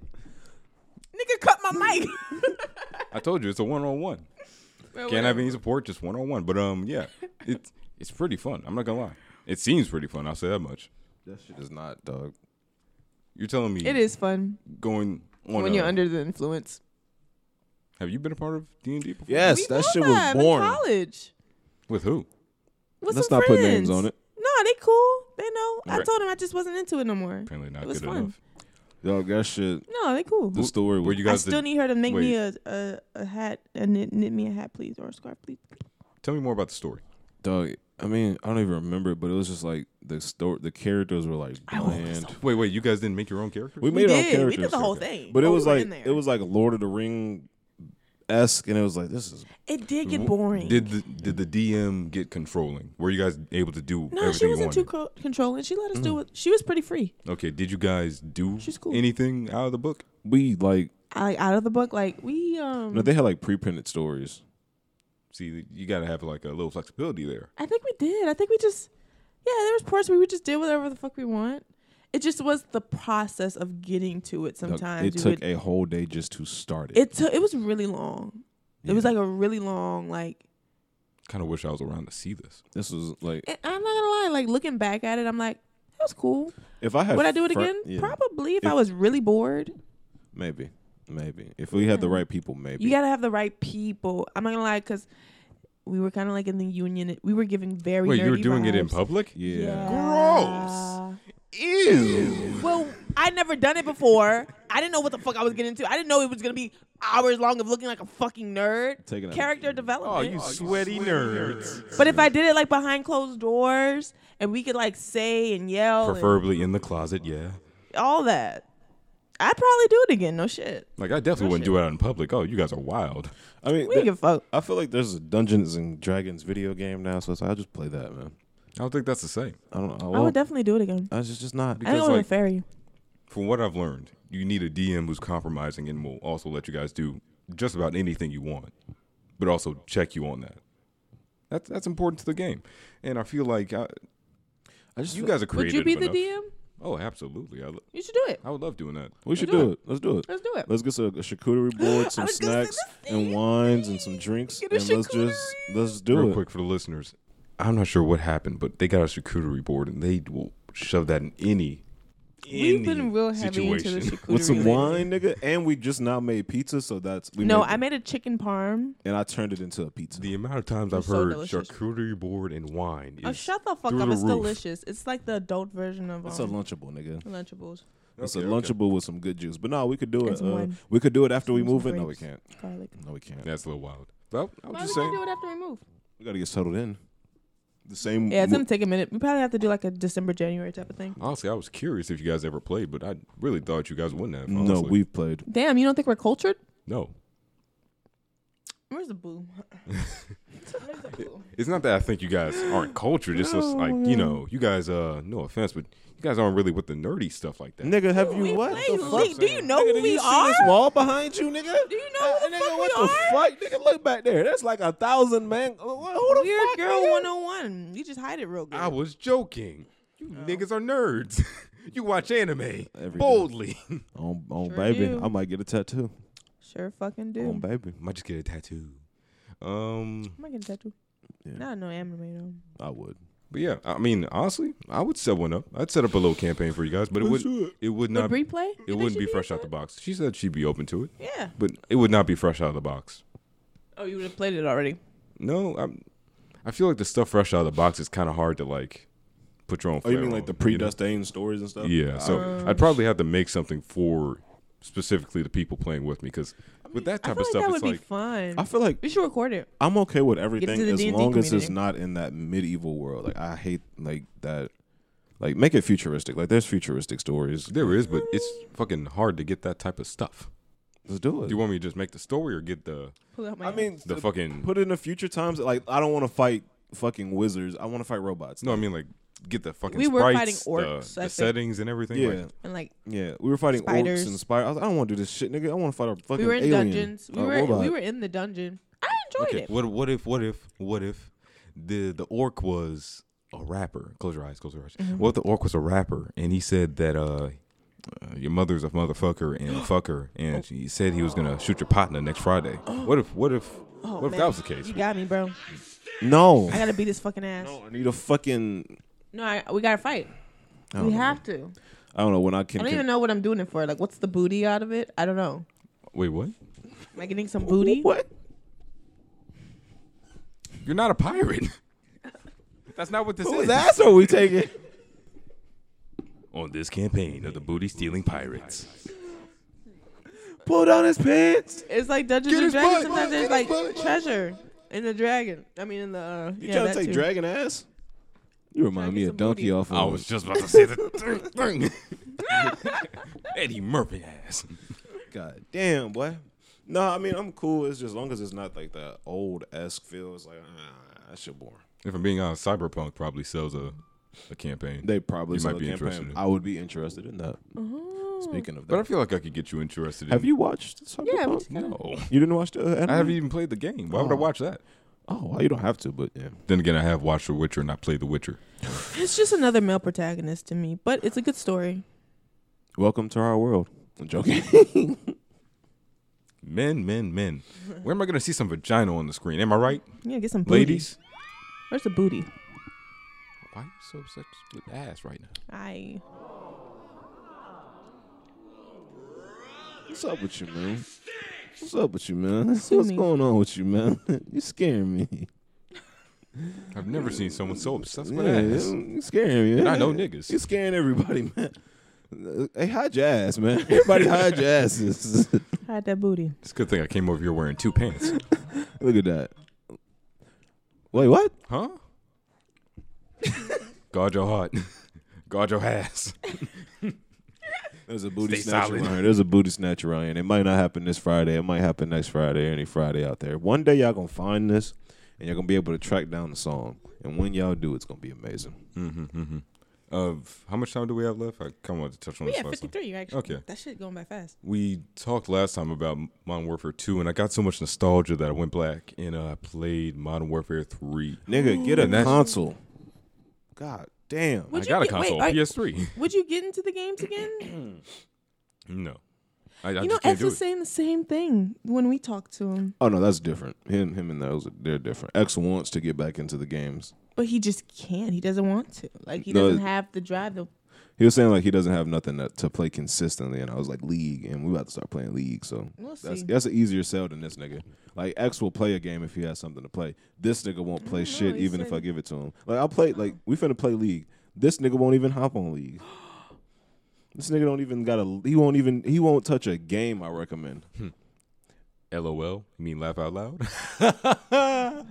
Speaker 3: Nigga cut
Speaker 2: *laughs*
Speaker 3: my mic.
Speaker 1: *laughs* I told you it's a one on one. Can't have any support, just one on one. But um, yeah, it's it's pretty fun. I'm not gonna lie. It seems pretty fun. I'll say that much.
Speaker 2: that shit is not, dog.
Speaker 1: You're telling me
Speaker 3: It is fun
Speaker 1: going on.
Speaker 3: when
Speaker 1: a-
Speaker 3: you're under the influence.
Speaker 1: have you been a part of D and D before?
Speaker 2: Yes, that shit was
Speaker 3: In
Speaker 2: boring.
Speaker 3: college.
Speaker 1: With who?
Speaker 3: With
Speaker 2: Let's
Speaker 3: some
Speaker 2: not put names
Speaker 3: friends.
Speaker 2: on it.
Speaker 3: No, they cool. They know. I
Speaker 1: Right.
Speaker 3: told him I just wasn't into it no more.
Speaker 1: Apparently not
Speaker 3: It was
Speaker 1: good
Speaker 3: fun.
Speaker 1: enough.
Speaker 2: Dog, that shit.
Speaker 3: No, they cool.
Speaker 2: The story
Speaker 1: Were
Speaker 2: was
Speaker 1: you
Speaker 3: I
Speaker 1: guys? The,
Speaker 3: still need her to make me a, a, a hat, a knit, knit me a hat, please, or a scarf, please.
Speaker 1: tell me more about the story.
Speaker 2: dog. I mean, I don't even remember, it, but it was just like the story. The characters were like bland.
Speaker 1: Wait, wait. You guys didn't make your own character?
Speaker 2: We made our own
Speaker 3: did. We did
Speaker 2: characters,
Speaker 3: the whole thing.
Speaker 2: but it
Speaker 3: Oh, we
Speaker 2: was
Speaker 3: were
Speaker 2: like
Speaker 3: in there.
Speaker 2: it was like Lord of the Ring esque, and it was like this is
Speaker 3: It did
Speaker 2: Mm-hmm.
Speaker 3: get boring.
Speaker 1: Did the did the DM get controlling? Were you guys able to do everything
Speaker 3: no, she
Speaker 1: you
Speaker 3: wasn't too
Speaker 1: wanted?
Speaker 3: co- controlling. She let us
Speaker 2: Mm.
Speaker 3: do it. She was pretty free.
Speaker 1: okay, did you guys do
Speaker 3: She's cool.
Speaker 1: anything out of the book?
Speaker 2: we like.
Speaker 3: I out of the book, like we um.
Speaker 2: No, they had like pre-printed stories.
Speaker 1: See, you gotta have like a little flexibility there.
Speaker 3: I think we did. I think we just yeah. There was parts where we just did whatever the fuck we want. It just was the process of getting to it.
Speaker 2: Dog,
Speaker 3: Sometimes
Speaker 2: it
Speaker 3: You
Speaker 2: took
Speaker 3: would-
Speaker 2: a whole day just to start it.
Speaker 3: it took it was really long. It was
Speaker 2: Yeah.
Speaker 3: like a really long like.
Speaker 1: Kind of wish I was around to see this.
Speaker 2: this was like
Speaker 3: and I'm not gonna lie. Like looking back at it, I'm like that was cool.
Speaker 2: if I had
Speaker 3: Would I do it
Speaker 2: fri-
Speaker 3: again?
Speaker 2: Yeah,
Speaker 3: Probably if
Speaker 2: If-
Speaker 3: I was really bored.
Speaker 2: maybe, maybe if we had the right people, maybe.
Speaker 3: You gotta have the right people. I'm not gonna lie, cause we were kind of like in the union. We were giving very.
Speaker 1: Wait, you were
Speaker 3: nerdy
Speaker 1: doing it in
Speaker 3: vibes.
Speaker 1: public?
Speaker 2: yeah.
Speaker 3: Yeah.
Speaker 1: Ew.
Speaker 3: Well, I never done it before. I didn't know what the fuck I was getting into. I didn't know it was gonna be hours long of looking like a fucking nerd.
Speaker 2: Taking out-
Speaker 3: Character development.
Speaker 1: Oh, sweaty nerds.
Speaker 3: but if I did it like behind closed doors and we could like say and yell and
Speaker 1: Preferably in the closet, yeah.
Speaker 3: all that, I'd probably do it again. No shit.
Speaker 1: Like I definitely wouldn't do it out in public. Oh, you guys are wild.
Speaker 2: I mean,
Speaker 3: We
Speaker 2: that-
Speaker 3: didn't give a fuck.
Speaker 2: I feel like there's a Dungeons and Dragons video game now, so it's like, I'll just play that, man.
Speaker 1: I don't think that's the same.
Speaker 2: I don't know. I,
Speaker 3: I
Speaker 2: won't,
Speaker 3: would definitely do it again.
Speaker 2: I was just, just not.
Speaker 3: I think I
Speaker 1: uh, because,
Speaker 3: would
Speaker 1: like-
Speaker 3: a ferry.
Speaker 1: From what I've learned, you need a DM who's compromising and will also let you guys do just about anything you want, but also check you on that. That's that's important to the game, and I feel like I,
Speaker 2: I just
Speaker 1: you
Speaker 2: feel-
Speaker 1: guys are
Speaker 3: Would
Speaker 1: creative
Speaker 3: you be the
Speaker 1: enough.
Speaker 3: DM?
Speaker 1: Oh, absolutely. I, lo-
Speaker 3: You should do it.
Speaker 1: I would love doing that.
Speaker 2: We should
Speaker 3: do
Speaker 2: do it. Let's do it.
Speaker 3: Let's do it.
Speaker 2: Let's get some a charcuterie board, some
Speaker 3: was gonna say
Speaker 2: snacks,
Speaker 3: the
Speaker 2: and
Speaker 3: same
Speaker 2: wines, and some drinks,
Speaker 3: Get
Speaker 2: and
Speaker 3: a
Speaker 2: let's just let's do
Speaker 1: Real
Speaker 2: it.
Speaker 1: quick for the listeners, I'm not sure what happened, but they got a charcuterie board and they will shove that in any.
Speaker 3: We've been
Speaker 1: any
Speaker 3: real heavy into the
Speaker 1: situation.
Speaker 3: charcuterie.
Speaker 2: *laughs* With some
Speaker 3: lately.
Speaker 2: wine, nigga, and we just now made pizza, so that's we
Speaker 3: No,
Speaker 2: made-
Speaker 3: I made a chicken parm.
Speaker 2: and I turned it into a pizza.
Speaker 1: *laughs* The amount of times I've
Speaker 3: so
Speaker 1: heard
Speaker 3: delicious.
Speaker 1: charcuterie board and wine is
Speaker 3: Oh, shut the fuck
Speaker 1: through
Speaker 3: up!
Speaker 1: the
Speaker 3: it's
Speaker 1: roof.
Speaker 3: delicious. It's like the adult version of um,
Speaker 2: It's a lunchable, nigga.
Speaker 3: Lunchables.
Speaker 2: It's a
Speaker 1: Okay, okay.
Speaker 2: lunchable with some good juice. But no, we could do
Speaker 3: And
Speaker 2: it.
Speaker 3: some
Speaker 2: Uh,
Speaker 3: wine.
Speaker 2: we could do it after we
Speaker 3: Some
Speaker 2: move it. No, we
Speaker 3: grapes.
Speaker 2: can't.
Speaker 3: Garlic.
Speaker 2: No, we can't.
Speaker 1: That's a little wild. Well, I'm
Speaker 3: Why
Speaker 1: just
Speaker 3: we gonna
Speaker 1: saying.
Speaker 3: do it after we move?
Speaker 2: We gotta get settled in. The same.
Speaker 3: Yeah, it's
Speaker 2: mo-
Speaker 3: gonna take a minute. We probably have to do like a December, January type of thing.
Speaker 1: Honestly, I was curious if you guys ever played, but I really thought you guys wouldn't have.
Speaker 2: no,
Speaker 1: honestly.
Speaker 2: we've played.
Speaker 3: Damn, you don't think we're cultured?
Speaker 1: no.
Speaker 3: Where's the boo? Where's the boo?
Speaker 1: It's not that I think you guys aren't cultured. It's just like you know, you guys. Uh, no offense, but you guys aren't really with the nerdy stuff like that.
Speaker 2: Nigga, have
Speaker 3: We
Speaker 2: you what?
Speaker 3: play
Speaker 2: the
Speaker 3: you
Speaker 2: fuck?
Speaker 3: leak. Do you know
Speaker 2: nigga,
Speaker 3: who
Speaker 2: do
Speaker 3: we
Speaker 2: you
Speaker 3: are?
Speaker 2: see this wall behind you, nigga? Uh,
Speaker 3: Do you know who the
Speaker 2: nigga,
Speaker 3: fuck
Speaker 2: what
Speaker 3: we
Speaker 2: the
Speaker 3: are?
Speaker 2: fuck? Nigga, look back there. That's like a thousand, man. Who the
Speaker 3: Weird
Speaker 2: fuck,
Speaker 3: girl
Speaker 2: nigga?
Speaker 3: 101. You just hide it real good.
Speaker 1: I was joking. You niggas are nerds. *laughs* you watch anime
Speaker 2: Every day.
Speaker 1: boldly.
Speaker 2: On, on
Speaker 3: Sure
Speaker 2: baby,
Speaker 3: do.
Speaker 2: I might get a tattoo.
Speaker 3: sure fucking do.
Speaker 2: On baby,
Speaker 1: *laughs* Might just get a tattoo. Um,
Speaker 3: I'm not getting a tattoo.
Speaker 2: Yeah.
Speaker 3: Not no anime though.
Speaker 2: I would.
Speaker 1: but yeah, I mean, honestly, I would set one up. I'd set up a little campaign for you guys, but it
Speaker 2: Let's
Speaker 1: would
Speaker 2: do
Speaker 1: it.
Speaker 2: it.
Speaker 1: would
Speaker 3: Would
Speaker 1: not
Speaker 3: Bree play? You
Speaker 1: it
Speaker 3: think
Speaker 1: wouldn't
Speaker 3: she'd
Speaker 1: be
Speaker 3: in
Speaker 1: fresh out
Speaker 3: for
Speaker 1: the
Speaker 3: it?
Speaker 1: box. She said she'd be open to it,
Speaker 3: Yeah.
Speaker 1: but it would not be fresh out of the box.
Speaker 3: Oh, you would have played it already.
Speaker 1: No, I'm, I feel like the stuff fresh out of the box is kind of hard to like put your own.
Speaker 2: Oh, you
Speaker 1: flair
Speaker 2: mean
Speaker 1: on,
Speaker 2: like the
Speaker 1: you know?
Speaker 2: predestined stories and stuff?
Speaker 1: Yeah, so I'd probably have to make something for specifically the people playing with me because with that
Speaker 3: I
Speaker 1: type
Speaker 3: feel
Speaker 1: of
Speaker 3: like
Speaker 1: stuff,
Speaker 3: that
Speaker 1: it's
Speaker 3: would
Speaker 1: like
Speaker 3: be fun.
Speaker 2: I feel like
Speaker 3: we should record it.
Speaker 2: I'm okay with
Speaker 3: Get
Speaker 2: everything
Speaker 3: into the
Speaker 2: as
Speaker 3: D&D
Speaker 2: long as it's
Speaker 3: community.
Speaker 2: not in that medieval world. Like I hate like that. Like make it futuristic. Like there's futuristic stories.
Speaker 1: there is, but it's fucking hard to get that type of stuff.
Speaker 2: Let's do
Speaker 1: Do
Speaker 2: it.
Speaker 1: you want me to just make the story or get the
Speaker 3: Pull out my.
Speaker 2: I mean,
Speaker 1: the
Speaker 2: uh,
Speaker 1: fucking?
Speaker 2: put it in the future times. Like I don't want to fight fucking wizards. I want to fight robots.
Speaker 1: No, I mean like get the fucking
Speaker 3: We were
Speaker 1: sprites,
Speaker 3: fighting
Speaker 1: the-
Speaker 3: orcs,
Speaker 1: the,
Speaker 3: I think.
Speaker 1: settings and everything.
Speaker 2: Yeah,
Speaker 1: Like,
Speaker 3: and like
Speaker 2: yeah. We were fighting
Speaker 3: Spiders.
Speaker 2: orcs and spiders. I, was, I don't want to do this shit, nigga. I want to fight a fucking
Speaker 3: we were in
Speaker 2: alien.
Speaker 3: dungeons. We
Speaker 2: a
Speaker 3: were
Speaker 2: robot.
Speaker 3: we were in the dungeon. I enjoyed
Speaker 1: Oh, okay,
Speaker 3: it.
Speaker 1: what what if what if what if the the orc was a rapper? Close your eyes. Close your eyes. What if the orc was a rapper and he said that uh. Uh, your mother's a motherfucker *gasps* and fucker, and he said he was gonna shoot your partner next *gasps* Friday. What if? What if?
Speaker 3: Oh,
Speaker 1: what if
Speaker 3: man.
Speaker 1: that was the case?
Speaker 3: You got me, bro.
Speaker 2: No.
Speaker 3: I gotta beat his fucking ass.
Speaker 2: I need a fucking.
Speaker 3: No, I, we gotta fight.
Speaker 2: I don't,
Speaker 3: we
Speaker 2: know.
Speaker 3: have to.
Speaker 2: I don't know when I can.
Speaker 3: I don't even know what I'm doing it for. Like, what's the booty out of it? I don't know.
Speaker 1: Wait, what?
Speaker 3: Am I getting some booty?
Speaker 2: What?
Speaker 1: You're not a pirate. *laughs* That's not what this
Speaker 2: Whose
Speaker 1: is.
Speaker 2: ass are we *laughs* taking?
Speaker 1: On this campaign of the booty stealing pirates.
Speaker 2: Pull down his pants.
Speaker 3: It's like Dungeons
Speaker 1: Get
Speaker 3: and
Speaker 1: his
Speaker 3: Dragons.
Speaker 1: butt,
Speaker 3: Sometimes
Speaker 1: get
Speaker 3: there's
Speaker 1: his
Speaker 3: like
Speaker 1: butt.
Speaker 3: treasure in the dragon. I mean, in the uh,
Speaker 2: You
Speaker 3: yeah,
Speaker 2: trying
Speaker 3: that
Speaker 2: to take
Speaker 3: too.
Speaker 2: dragon ass? You remind
Speaker 3: get
Speaker 2: me
Speaker 3: some
Speaker 2: of Donkey
Speaker 3: booty.
Speaker 2: off.
Speaker 1: I
Speaker 2: of-
Speaker 1: *laughs* was just about to say the *laughs* thing. Eddie Murphy ass.
Speaker 2: God damn, boy. No, I mean I'm cool. It's just as long as it's not like the old esque feel. It's like ah, that shit boring.
Speaker 1: If I'm being honest, Cyberpunk probably sells a, a campaign.
Speaker 2: They probably
Speaker 1: You
Speaker 2: sell
Speaker 1: might
Speaker 2: the
Speaker 1: be
Speaker 2: campaign.
Speaker 1: interested in-
Speaker 2: I would be interested in that. Speaking of
Speaker 1: but I
Speaker 2: that,
Speaker 1: feel like I could get you interested.
Speaker 2: have
Speaker 1: in,
Speaker 2: you watched? Cyberpunk?
Speaker 3: Oh. Yeah, we just gotta-
Speaker 1: No,
Speaker 2: You didn't watch the uh, anime?
Speaker 1: I haven't even played the game. Why would I
Speaker 2: Oh.
Speaker 1: watch that?
Speaker 2: Oh, well, you don't have to, but yeah.
Speaker 1: Then again, I have watched The Witcher and I played The Witcher.
Speaker 3: It's just another male protagonist to me, but it's a good story.
Speaker 2: Welcome to our world. I'm
Speaker 1: *laughs*
Speaker 2: joking.
Speaker 1: Men, men, men. Where am I gonna see some vagina on the screen? Am I right,
Speaker 3: Yeah, get some booty.
Speaker 1: ladies?
Speaker 3: Where's the booty?
Speaker 1: Why are you so obsessed with ass right now?
Speaker 3: I
Speaker 2: What's up with you, man? What's up with you, man?
Speaker 3: Sue
Speaker 2: What's
Speaker 3: me.
Speaker 2: going on with you, man? *laughs* you scaring me.
Speaker 1: I've never seen someone so obsessed with
Speaker 2: Yeah,
Speaker 1: ass.
Speaker 2: you scaring me.
Speaker 1: And I
Speaker 2: man.
Speaker 1: know niggas.
Speaker 2: You scaring everybody, *laughs* man. Uh, Hey, hide your ass,
Speaker 1: *laughs*
Speaker 2: man. Everybody hide your asses. *laughs*
Speaker 3: had that booty.
Speaker 1: It's a good thing I came over here wearing two *laughs* pants.
Speaker 2: Look at that. Wait, what?
Speaker 1: Huh? Guard your heart. *laughs* Guard your ass.
Speaker 2: There's a booty
Speaker 1: Stay
Speaker 2: snatch
Speaker 1: solid.
Speaker 2: around here. There's a booty snatch around here. And it might not happen this Friday. It might happen next Friday or any Friday out there. One day y'all gonna find this and you're gonna be able to track down the song. And when y'all do, it's gonna be amazing.
Speaker 1: Mm-hmm, mm-hmm. Of how much time do we have left? I kind of wanted to touch on
Speaker 3: We
Speaker 1: this
Speaker 3: at
Speaker 1: last time.
Speaker 3: 53 actually.
Speaker 1: Okay.
Speaker 3: That shit going by fast.
Speaker 1: We talked last time about Modern Warfare 2, and I got so much nostalgia that I went back and uh, I played Modern Warfare 3.
Speaker 2: Nigga, get a
Speaker 1: And that's-
Speaker 2: console. God damn.
Speaker 3: Would
Speaker 1: I
Speaker 3: you
Speaker 1: got a
Speaker 3: get- wait,
Speaker 1: console,
Speaker 3: are-
Speaker 1: PS3.
Speaker 3: Would you get into the games again?
Speaker 1: *laughs* no. I, I
Speaker 3: you know,
Speaker 1: just can't
Speaker 3: X
Speaker 1: do
Speaker 3: was
Speaker 1: it.
Speaker 3: saying the same thing when we talked to him,
Speaker 2: Oh no, that's different. Him, him, and those they're different. X wants to get back into the games.
Speaker 3: but he just can't. He doesn't want to. Like he
Speaker 2: No,
Speaker 3: doesn't
Speaker 2: it-
Speaker 3: have the drive. The
Speaker 2: He was saying like he doesn't have nothing that, to play consistently, and I was like league, and we about to start playing league. So
Speaker 3: We'll
Speaker 2: that's
Speaker 3: see.
Speaker 2: that's an easier sell than this nigga. Like X will play a game if he has something to play. This nigga won't play
Speaker 3: don't know,
Speaker 2: shit
Speaker 3: he
Speaker 2: even if
Speaker 3: said-
Speaker 2: I give it to him. Like I'll play like we finna play league. This nigga won't even hop on league. This nigga don't even got a. He won't even. He won't touch a game. I recommend.
Speaker 1: LOL? You mean laugh out loud? *laughs*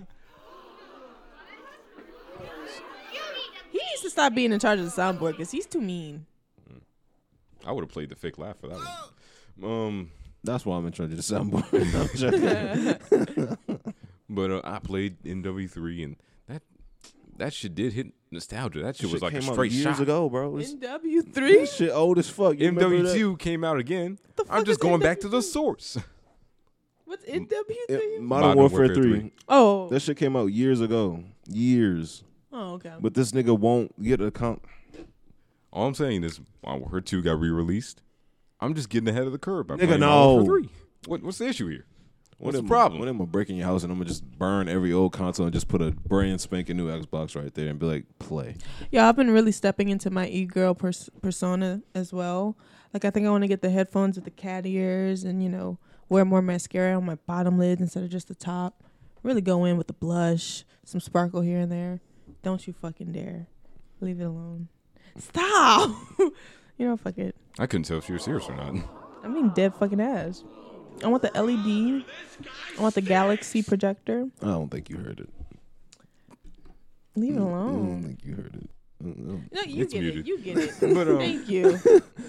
Speaker 3: he needs to stop being in charge of the soundboard because he's too mean.
Speaker 1: I would have played the fake laugh for that one. Um,
Speaker 2: That's why I'm in charge of the soundboard. *laughs* I'm joking.
Speaker 1: But uh, I played NW3, and that that shit did hit nostalgia. That shit, was like a
Speaker 2: came out
Speaker 1: straight
Speaker 2: years
Speaker 1: shot.
Speaker 2: ago, bro. It's-
Speaker 3: In W three,
Speaker 2: This shit old as fuck. You remember that?
Speaker 1: MW2 came out again.
Speaker 3: The
Speaker 1: I'm
Speaker 3: fuck
Speaker 1: just
Speaker 3: is
Speaker 1: going back to the
Speaker 3: MW2?
Speaker 1: source. *laughs*
Speaker 3: what's in W
Speaker 2: It-
Speaker 3: three?
Speaker 2: Modern,
Speaker 1: Modern
Speaker 2: Warfare,
Speaker 1: Warfare
Speaker 2: 3.
Speaker 1: 3.
Speaker 3: Oh,
Speaker 2: That shit came out years ago. Years.
Speaker 3: oh, okay.
Speaker 2: But this nigga won't get a comp.
Speaker 1: All I'm saying is, Modern Warfare 2 got re released. I'm just getting ahead of the curve. by
Speaker 2: Nigga,
Speaker 1: playing Modern Warfare
Speaker 2: no.
Speaker 1: 3. What, what's the issue here?
Speaker 2: When
Speaker 1: What's the
Speaker 2: am-
Speaker 1: problem?
Speaker 2: When am I breaking your house and I'm gonna just burn every old console and just put a brand spanking new Xbox right there and be like, play.
Speaker 3: Yeah, I've been really stepping into my e girl pers- persona as well. Like, I think I want to get the headphones with the cat ears and, you know, wear more mascara on my bottom lid instead of just the top. Really go in with the blush, some sparkle here and there. Don't you fucking dare. Leave it alone. Stop! *laughs* you know, fuck it.
Speaker 1: I couldn't tell if she was serious
Speaker 2: *laughs*
Speaker 1: or not.
Speaker 3: I mean, dead fucking ass. I want the LED. I want the galaxy projector.
Speaker 2: I don't think you heard it.
Speaker 3: Leave it
Speaker 2: I don't
Speaker 3: alone.
Speaker 2: think you heard it. Mm,
Speaker 3: No, you
Speaker 1: It's
Speaker 3: get
Speaker 1: muted.
Speaker 3: it. You get it.
Speaker 1: *laughs* But um,
Speaker 3: Thank you.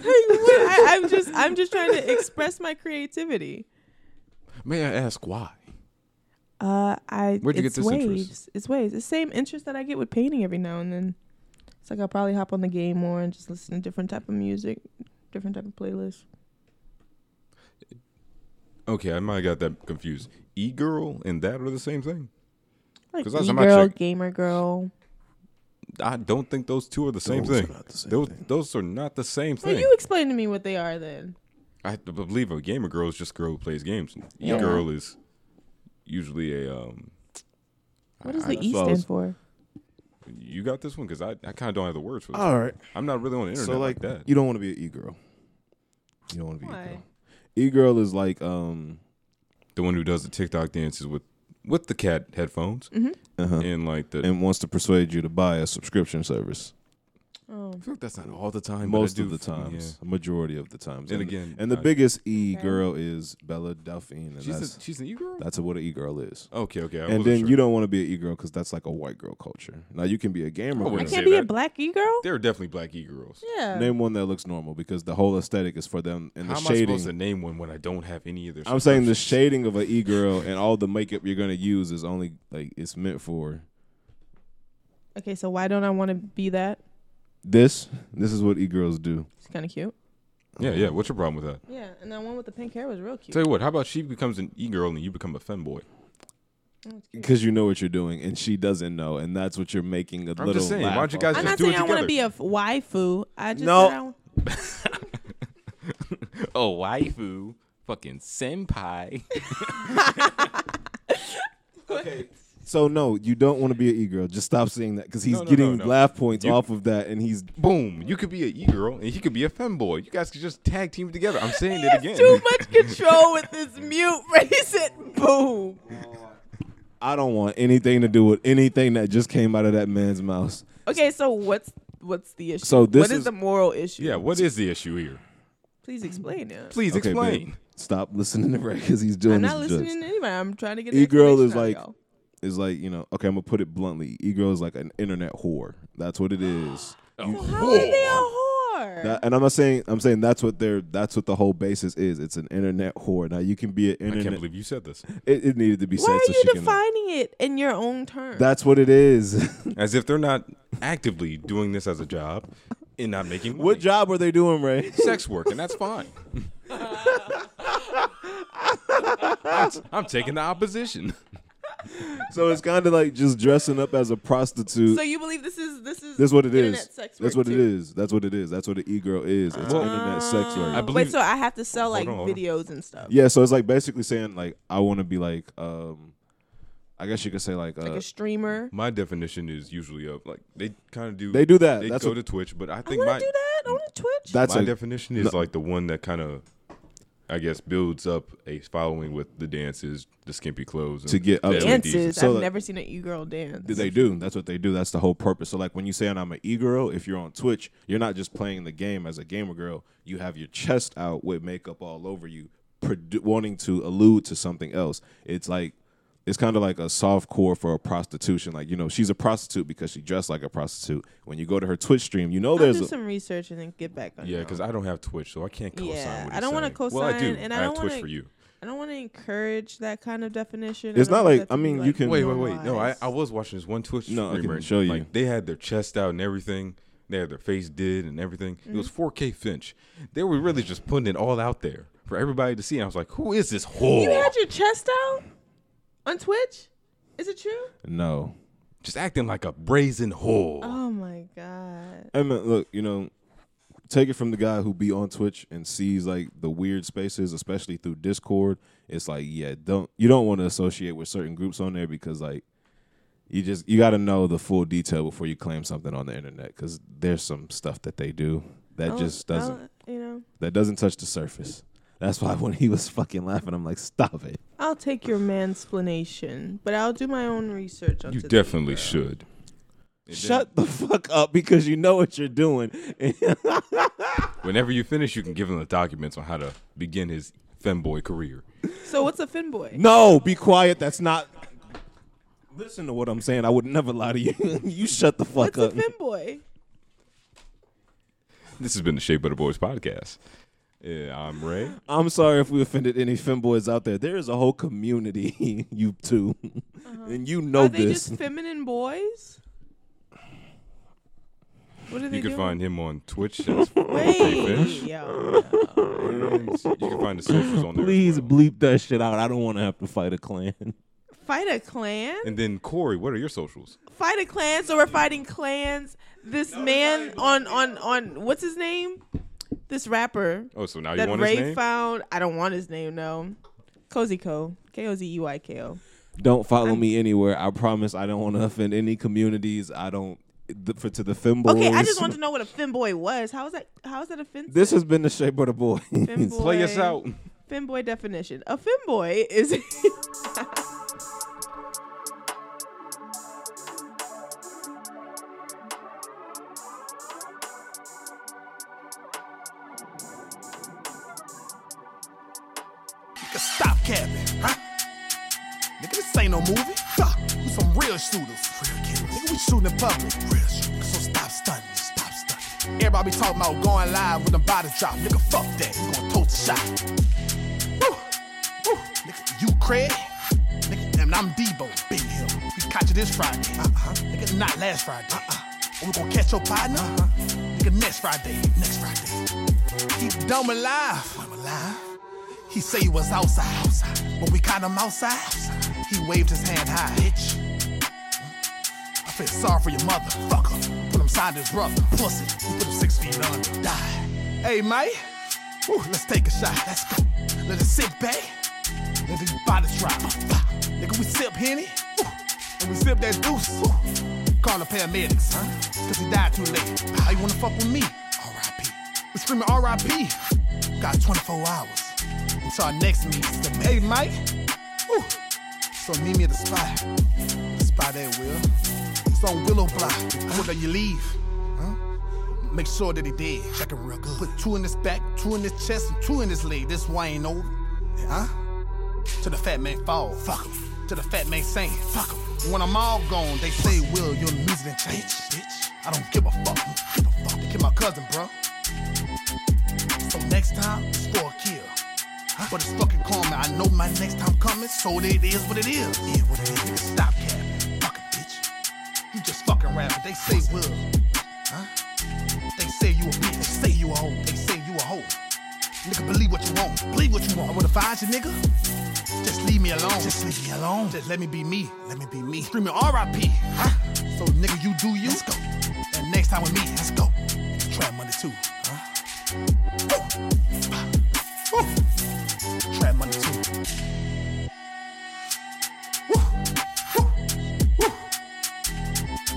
Speaker 3: I, am just I'm just trying to express my creativity.
Speaker 1: may I ask why?
Speaker 3: Uh, I
Speaker 1: Where'd you get
Speaker 3: Uh, it's
Speaker 1: this
Speaker 3: waves.
Speaker 1: interest?
Speaker 3: It's waves. It's the same interest that I get with painting every now and then. It's It's like I'll probably hop on the game more and just listen to different type of music, different type of playlists.
Speaker 1: Okay, I might have got that confused. E girl and that are the same thing.
Speaker 3: Like
Speaker 1: 'Cause last
Speaker 3: e
Speaker 1: time I
Speaker 3: girl,
Speaker 1: checked-
Speaker 3: gamer girl.
Speaker 1: I don't think those two are the same
Speaker 2: Those are
Speaker 1: thing.
Speaker 2: not the same
Speaker 1: those
Speaker 2: thing.
Speaker 1: those are not the same
Speaker 3: Well,
Speaker 1: thing.
Speaker 3: you explain to me what they are then.
Speaker 1: I have to believe a gamer girl is just a girl who plays games. E
Speaker 3: Yeah.
Speaker 1: girl is usually a um.
Speaker 3: What does
Speaker 1: I-
Speaker 3: the
Speaker 1: I-
Speaker 3: E
Speaker 2: thought I
Speaker 3: stand
Speaker 2: was-
Speaker 3: for?
Speaker 1: You got this one because I, I kind of don't have the words for this.
Speaker 2: All right.
Speaker 1: I'm not really on the internet
Speaker 2: Uh, So like,
Speaker 1: like, that.
Speaker 2: you don't want to be an e girl. You don't want to be
Speaker 3: Why?
Speaker 2: e girl. E girl is like um
Speaker 1: the one who does the TikTok dances with with the cat headphones
Speaker 2: uh-huh,
Speaker 1: and like the.
Speaker 2: and wants to persuade you to buy a subscription service.
Speaker 3: Oh,
Speaker 1: I feel like that's not all the time. but I
Speaker 2: Most
Speaker 1: do
Speaker 2: of the
Speaker 1: feel-
Speaker 2: times,
Speaker 1: yeah.
Speaker 2: a majority of the times.
Speaker 1: And again,
Speaker 2: and the
Speaker 1: I-
Speaker 2: biggest e
Speaker 3: Okay.
Speaker 2: girl is Bella Delphine, and
Speaker 1: she's
Speaker 2: that's
Speaker 1: a, she's an e girl.
Speaker 2: that's what an e girl is.
Speaker 1: Okay, okay. I
Speaker 2: and
Speaker 1: wasn't
Speaker 2: then
Speaker 1: sure.
Speaker 2: you don't want to be an e girl because that's like a white girl culture. Now you can be a gamer.
Speaker 1: I
Speaker 2: girl.
Speaker 3: I
Speaker 1: wouldn't
Speaker 3: can't
Speaker 1: say
Speaker 3: be a
Speaker 1: that.
Speaker 3: black E girl.
Speaker 1: There are definitely black e girls.
Speaker 3: Yeah.
Speaker 2: Name one that looks normal because the whole aesthetic is for them and
Speaker 1: How
Speaker 2: the
Speaker 1: am I supposed to
Speaker 2: shading.
Speaker 1: name one when I don't have any of their?
Speaker 2: I'm saying the
Speaker 1: subscriptions?
Speaker 2: shading of an e girl and all the makeup you're gonna use is only like it's meant for
Speaker 3: Okay, so why don't I want to be that?
Speaker 2: this. This is what e girls do.
Speaker 3: It's kind of cute.
Speaker 1: Yeah, yeah. What's your problem with that?
Speaker 3: Yeah, and that one with the pink hair was real cute.
Speaker 1: Tell you what. How about she becomes an e girl and you become a femboy?
Speaker 2: Because you know what you're doing, and she doesn't know, and that's what you're making a
Speaker 1: I'm
Speaker 2: little.
Speaker 1: just saying, why don't you guys
Speaker 3: I'm
Speaker 1: just
Speaker 3: not
Speaker 1: do
Speaker 3: saying
Speaker 1: it
Speaker 3: I
Speaker 1: together?
Speaker 3: want to be a f- waifu. I just
Speaker 2: No.
Speaker 3: said I wa-
Speaker 4: Oh, waifu. Fucking senpai.
Speaker 2: So no, you don't want to be an e girl. Just stop saying that because he's
Speaker 1: no, no,
Speaker 2: getting
Speaker 1: no.
Speaker 2: laugh points
Speaker 1: You-
Speaker 2: off of that, and he's
Speaker 1: *laughs* Boom. You could be an e girl and he could be a femboy. You guys could just tag team together. I'm saying
Speaker 3: He
Speaker 1: it
Speaker 3: has
Speaker 1: again.
Speaker 3: too much control with this mute. Raise it. Boom.
Speaker 2: I don't want anything to do with anything that just came out of that man's mouth.
Speaker 3: Okay, so what's what's the issue?
Speaker 2: So this
Speaker 3: what is,
Speaker 2: is-
Speaker 3: the moral issue?
Speaker 1: yeah. What is the issue here?
Speaker 3: Please explain it.
Speaker 1: Please
Speaker 2: Okay, babe,
Speaker 1: explain.
Speaker 2: stop listening to Ray because he's doing
Speaker 3: I'm not
Speaker 2: his
Speaker 3: listening
Speaker 2: jokes.
Speaker 3: to anybody. I'm trying to get
Speaker 2: E girl
Speaker 3: explanation
Speaker 2: is
Speaker 3: out of
Speaker 2: like
Speaker 3: y'all.
Speaker 2: is like you know. Okay, I'm gonna put it bluntly. E girl is like an internet whore. That's what it
Speaker 1: *gasps*
Speaker 2: is.
Speaker 1: Oh.
Speaker 2: You-
Speaker 3: How are they a whore?
Speaker 2: that- and I'm not saying I'm saying that's what they're that's what the whole basis is. It's an internet whore. Now you can be an
Speaker 1: I can't
Speaker 2: internet.
Speaker 1: believe you said this.
Speaker 2: It, it needed to be
Speaker 3: Why
Speaker 2: said.
Speaker 3: are
Speaker 2: so
Speaker 3: you
Speaker 2: she can-
Speaker 3: defining it in your own terms?
Speaker 2: That's what it is.
Speaker 1: As if they're not actively doing this as a job and not making money.
Speaker 2: what job were they doing, *laughs* Ray?
Speaker 1: Sex work, and
Speaker 2: *laughs*
Speaker 1: that's fine. I'm, I'm taking the opposition.
Speaker 2: so it's kind of like just dressing up as a prostitute.
Speaker 3: so you believe this is this is
Speaker 2: That's what it is.
Speaker 3: internet sex
Speaker 2: That's
Speaker 3: work
Speaker 2: what it
Speaker 3: too?
Speaker 2: is. That's what it is. That's what an e-girl is. It's
Speaker 1: Well,
Speaker 2: internet sex work.
Speaker 1: I
Speaker 3: Wait,
Speaker 1: believe-
Speaker 3: so I have to sell like
Speaker 1: on, hold on.
Speaker 3: videos and stuff.
Speaker 2: yeah, so it's like basically saying like I want to be like um I guess you could say like, uh,
Speaker 3: Like a streamer.
Speaker 1: My definition is usually of like they kind of do.
Speaker 2: They do that.
Speaker 1: They
Speaker 2: That's
Speaker 1: go
Speaker 2: what-
Speaker 1: to Twitch, but I
Speaker 3: I
Speaker 1: think
Speaker 3: want
Speaker 1: my
Speaker 3: to do that on Twitch.
Speaker 2: that's
Speaker 1: my
Speaker 2: a,
Speaker 1: definition is like the one that kind of, I guess, builds up a following with the dances, the skimpy clothes, and
Speaker 2: To get up
Speaker 1: the
Speaker 2: to.
Speaker 1: LEDs.
Speaker 3: dances.
Speaker 2: So,
Speaker 3: I've
Speaker 2: like-
Speaker 3: never seen an e-girl dance.
Speaker 2: they do. That's what they do. That's the whole purpose. So like when you saying I'm an e-girl, if you're on Twitch, you're not just playing the game as a gamer girl. You have your chest out with makeup all over you, produ- wanting to allude to something else. It's like it's kind of like a soft core for a prostitution. Like you know, she's a prostitute because she dressed like a prostitute. When you go to her Twitch stream, you know
Speaker 3: I'll
Speaker 2: there's
Speaker 3: do
Speaker 2: a,
Speaker 3: some research and then get back on.
Speaker 1: Yeah,
Speaker 3: y'all.
Speaker 1: because I don't have Twitch, so I can't co-sign.
Speaker 3: Yeah,
Speaker 1: what
Speaker 3: I
Speaker 1: he's
Speaker 3: don't wanna
Speaker 1: saying. Well, I do.
Speaker 3: co-sign, and I
Speaker 1: I have
Speaker 3: don't
Speaker 1: Twitch
Speaker 3: wanna-
Speaker 1: for you.
Speaker 3: I don't want to encourage that kind of definition.
Speaker 2: It's
Speaker 3: don't
Speaker 2: not
Speaker 3: want
Speaker 2: like-
Speaker 3: that
Speaker 2: I
Speaker 3: to be,
Speaker 2: mean, you
Speaker 3: like,
Speaker 2: can-
Speaker 1: Wait, wait, wait. No, I,
Speaker 3: normalized.
Speaker 1: I was watching this one Twitch
Speaker 2: No, I
Speaker 1: streamer.
Speaker 2: can
Speaker 1: and,
Speaker 2: show you.
Speaker 1: Like they had their chest out and everything. They had their face did and everything. It was 4K Finch. They were really just putting it all out there for everybody to see. And I was like, who is this whore?
Speaker 3: You had your chest out on Twitch? Is it true?
Speaker 2: no.
Speaker 1: just acting like a brazen whore.
Speaker 3: Oh my god.
Speaker 2: I mean, look, you know, take it from the guy who be on Twitch and sees like the weird spaces, especially through Discord. It's like, yeah, don't you don't want to associate with certain groups on there because like you just you got to know the full detail before you claim something on the internet because there's some stuff that they do that
Speaker 3: I'll-
Speaker 2: just doesn't
Speaker 3: I'll, you know,
Speaker 2: that doesn't touch the surface. That's why *laughs* when he was fucking laughing, I'm like, stop it.
Speaker 3: I'll take your mansplanation, but I'll do my own research on
Speaker 1: you definitely should. And then
Speaker 2: Shut the fuck up because you know what you're doing.
Speaker 1: Whenever you finish, you can give him the documents on how to begin his femboy career.
Speaker 3: So what's a fin boy?
Speaker 2: No, be quiet. That's not. Listen to what I'm saying. I would never lie to you. *laughs* you shut the fuck up.
Speaker 3: what's a fin boy?
Speaker 1: This has been the Shea Butter Boys podcast. Yeah, I'm Ray.
Speaker 2: I'm sorry if we offended any femboys out there. There is a whole community, *laughs* you two, and you know
Speaker 3: Are Uh-huh. they
Speaker 2: this.
Speaker 3: just feminine boys?
Speaker 5: What are they
Speaker 1: You can
Speaker 5: doing?
Speaker 1: find him on Twitch. As
Speaker 3: Wait, yo.
Speaker 1: and you can find the socials on there.
Speaker 2: *laughs*
Speaker 1: as
Speaker 2: Please
Speaker 1: well.
Speaker 2: bleep that shit out. I don't want to have to fight a clan. *laughs*
Speaker 3: Fight a clan?
Speaker 1: And then Corey, what are your socials?
Speaker 3: Fight a clan, so we're fighting clans. This man on on on what's his name? This rapper
Speaker 1: Oh, so now you
Speaker 3: that
Speaker 1: want
Speaker 3: Ray
Speaker 1: his name?
Speaker 3: found. I don't want his name, no. Cozy Co. K O Z E Y K O.
Speaker 2: Don't follow me anywhere. I promise I don't want to offend any communities. I don't. The, for to the femboys.
Speaker 3: Okay, I just wanted to know what a femboy was. How is that how is that offensive?
Speaker 2: This has been the shape of the boys.
Speaker 3: Femboy.
Speaker 1: Play us out.
Speaker 3: Femboy definition. A femboy is *laughs*
Speaker 6: Nigga, stop capping, huh? Nigga, this ain't no movie. Fuck, we some real shooters. Real killers. Nigga, we shooting in public. Real shooters. So stop stunning, stop stunning. Everybody be talking about going live with a body drop. Nigga, fuck that. Gonna tote the shot. Woo, woo. Nigga, you Craig? Nigga, and I'm Debo. Big Hill. We caught you this Friday. Uh-huh. Nigga, not last Friday. Uh-uh. We gonna catch your partner? Uh-huh. Nigga, next Friday. Next Friday. Keep dumb alive. I'm alive. He say he was outside, outside, but we caught him outside. He waved his hand high. Bitch. I feel sorry for your mother. Fuck her. Put him side his brother. Pussy. He put him six feet under. Die. Hey, mate. Woo, let's take a shot. Let's go. Let it sit back. Let these bodies drop. Nigga, we sip Henny. Woo. And we sip that deuce. Woo. Call the paramedics, huh? Cause he died too late. How you wanna fuck with me? R.I.P. We screaming R.I.P. Got 24 hours until our next meeting. Hey, Mike. Woo. So meet me at the spot. The spot there, Will. It's on Willow Block. Whether you leave, huh? Make sure that he dead. Check him real good. Put two in his back, two in his chest, and two in his leg. This why ain't over. Huh? Till the fat man fall. Fuck him. Till the fat man sing. Fuck him. When I'm all gone, they say, Will, you're losing change. Bitch. I don't give a fuck. Give a fuck. They kill my cousin, bro. So next time, score a kill. But it's fucking karma. I know my next time coming, so it is what it is. Yeah, what it is. Nigga, stop capping. Fucking bitch. You just fucking rapping. They say will. Huh? They say you a bitch. They say you a hoe. They say you a hoe. Nigga, believe what you want. Believe what you want. I wanna find you, nigga. Just leave me alone. Just leave me alone. Just let me be me. Let me be me. Screaming R.I.P. Huh? So nigga, you do you. Let's go. And next time with me, let's go. Trap money too. Huh? Woo. Woo. Trap money too. Woo. Woo. Woo.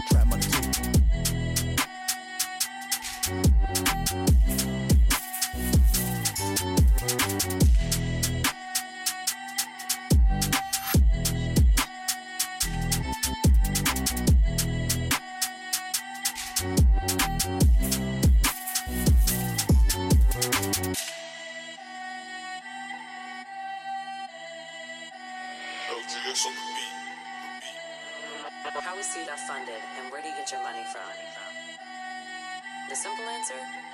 Speaker 6: Trap money too.
Speaker 7: LGS on the beat.
Speaker 8: How is CETA funded and where do you get your money from? The simple answer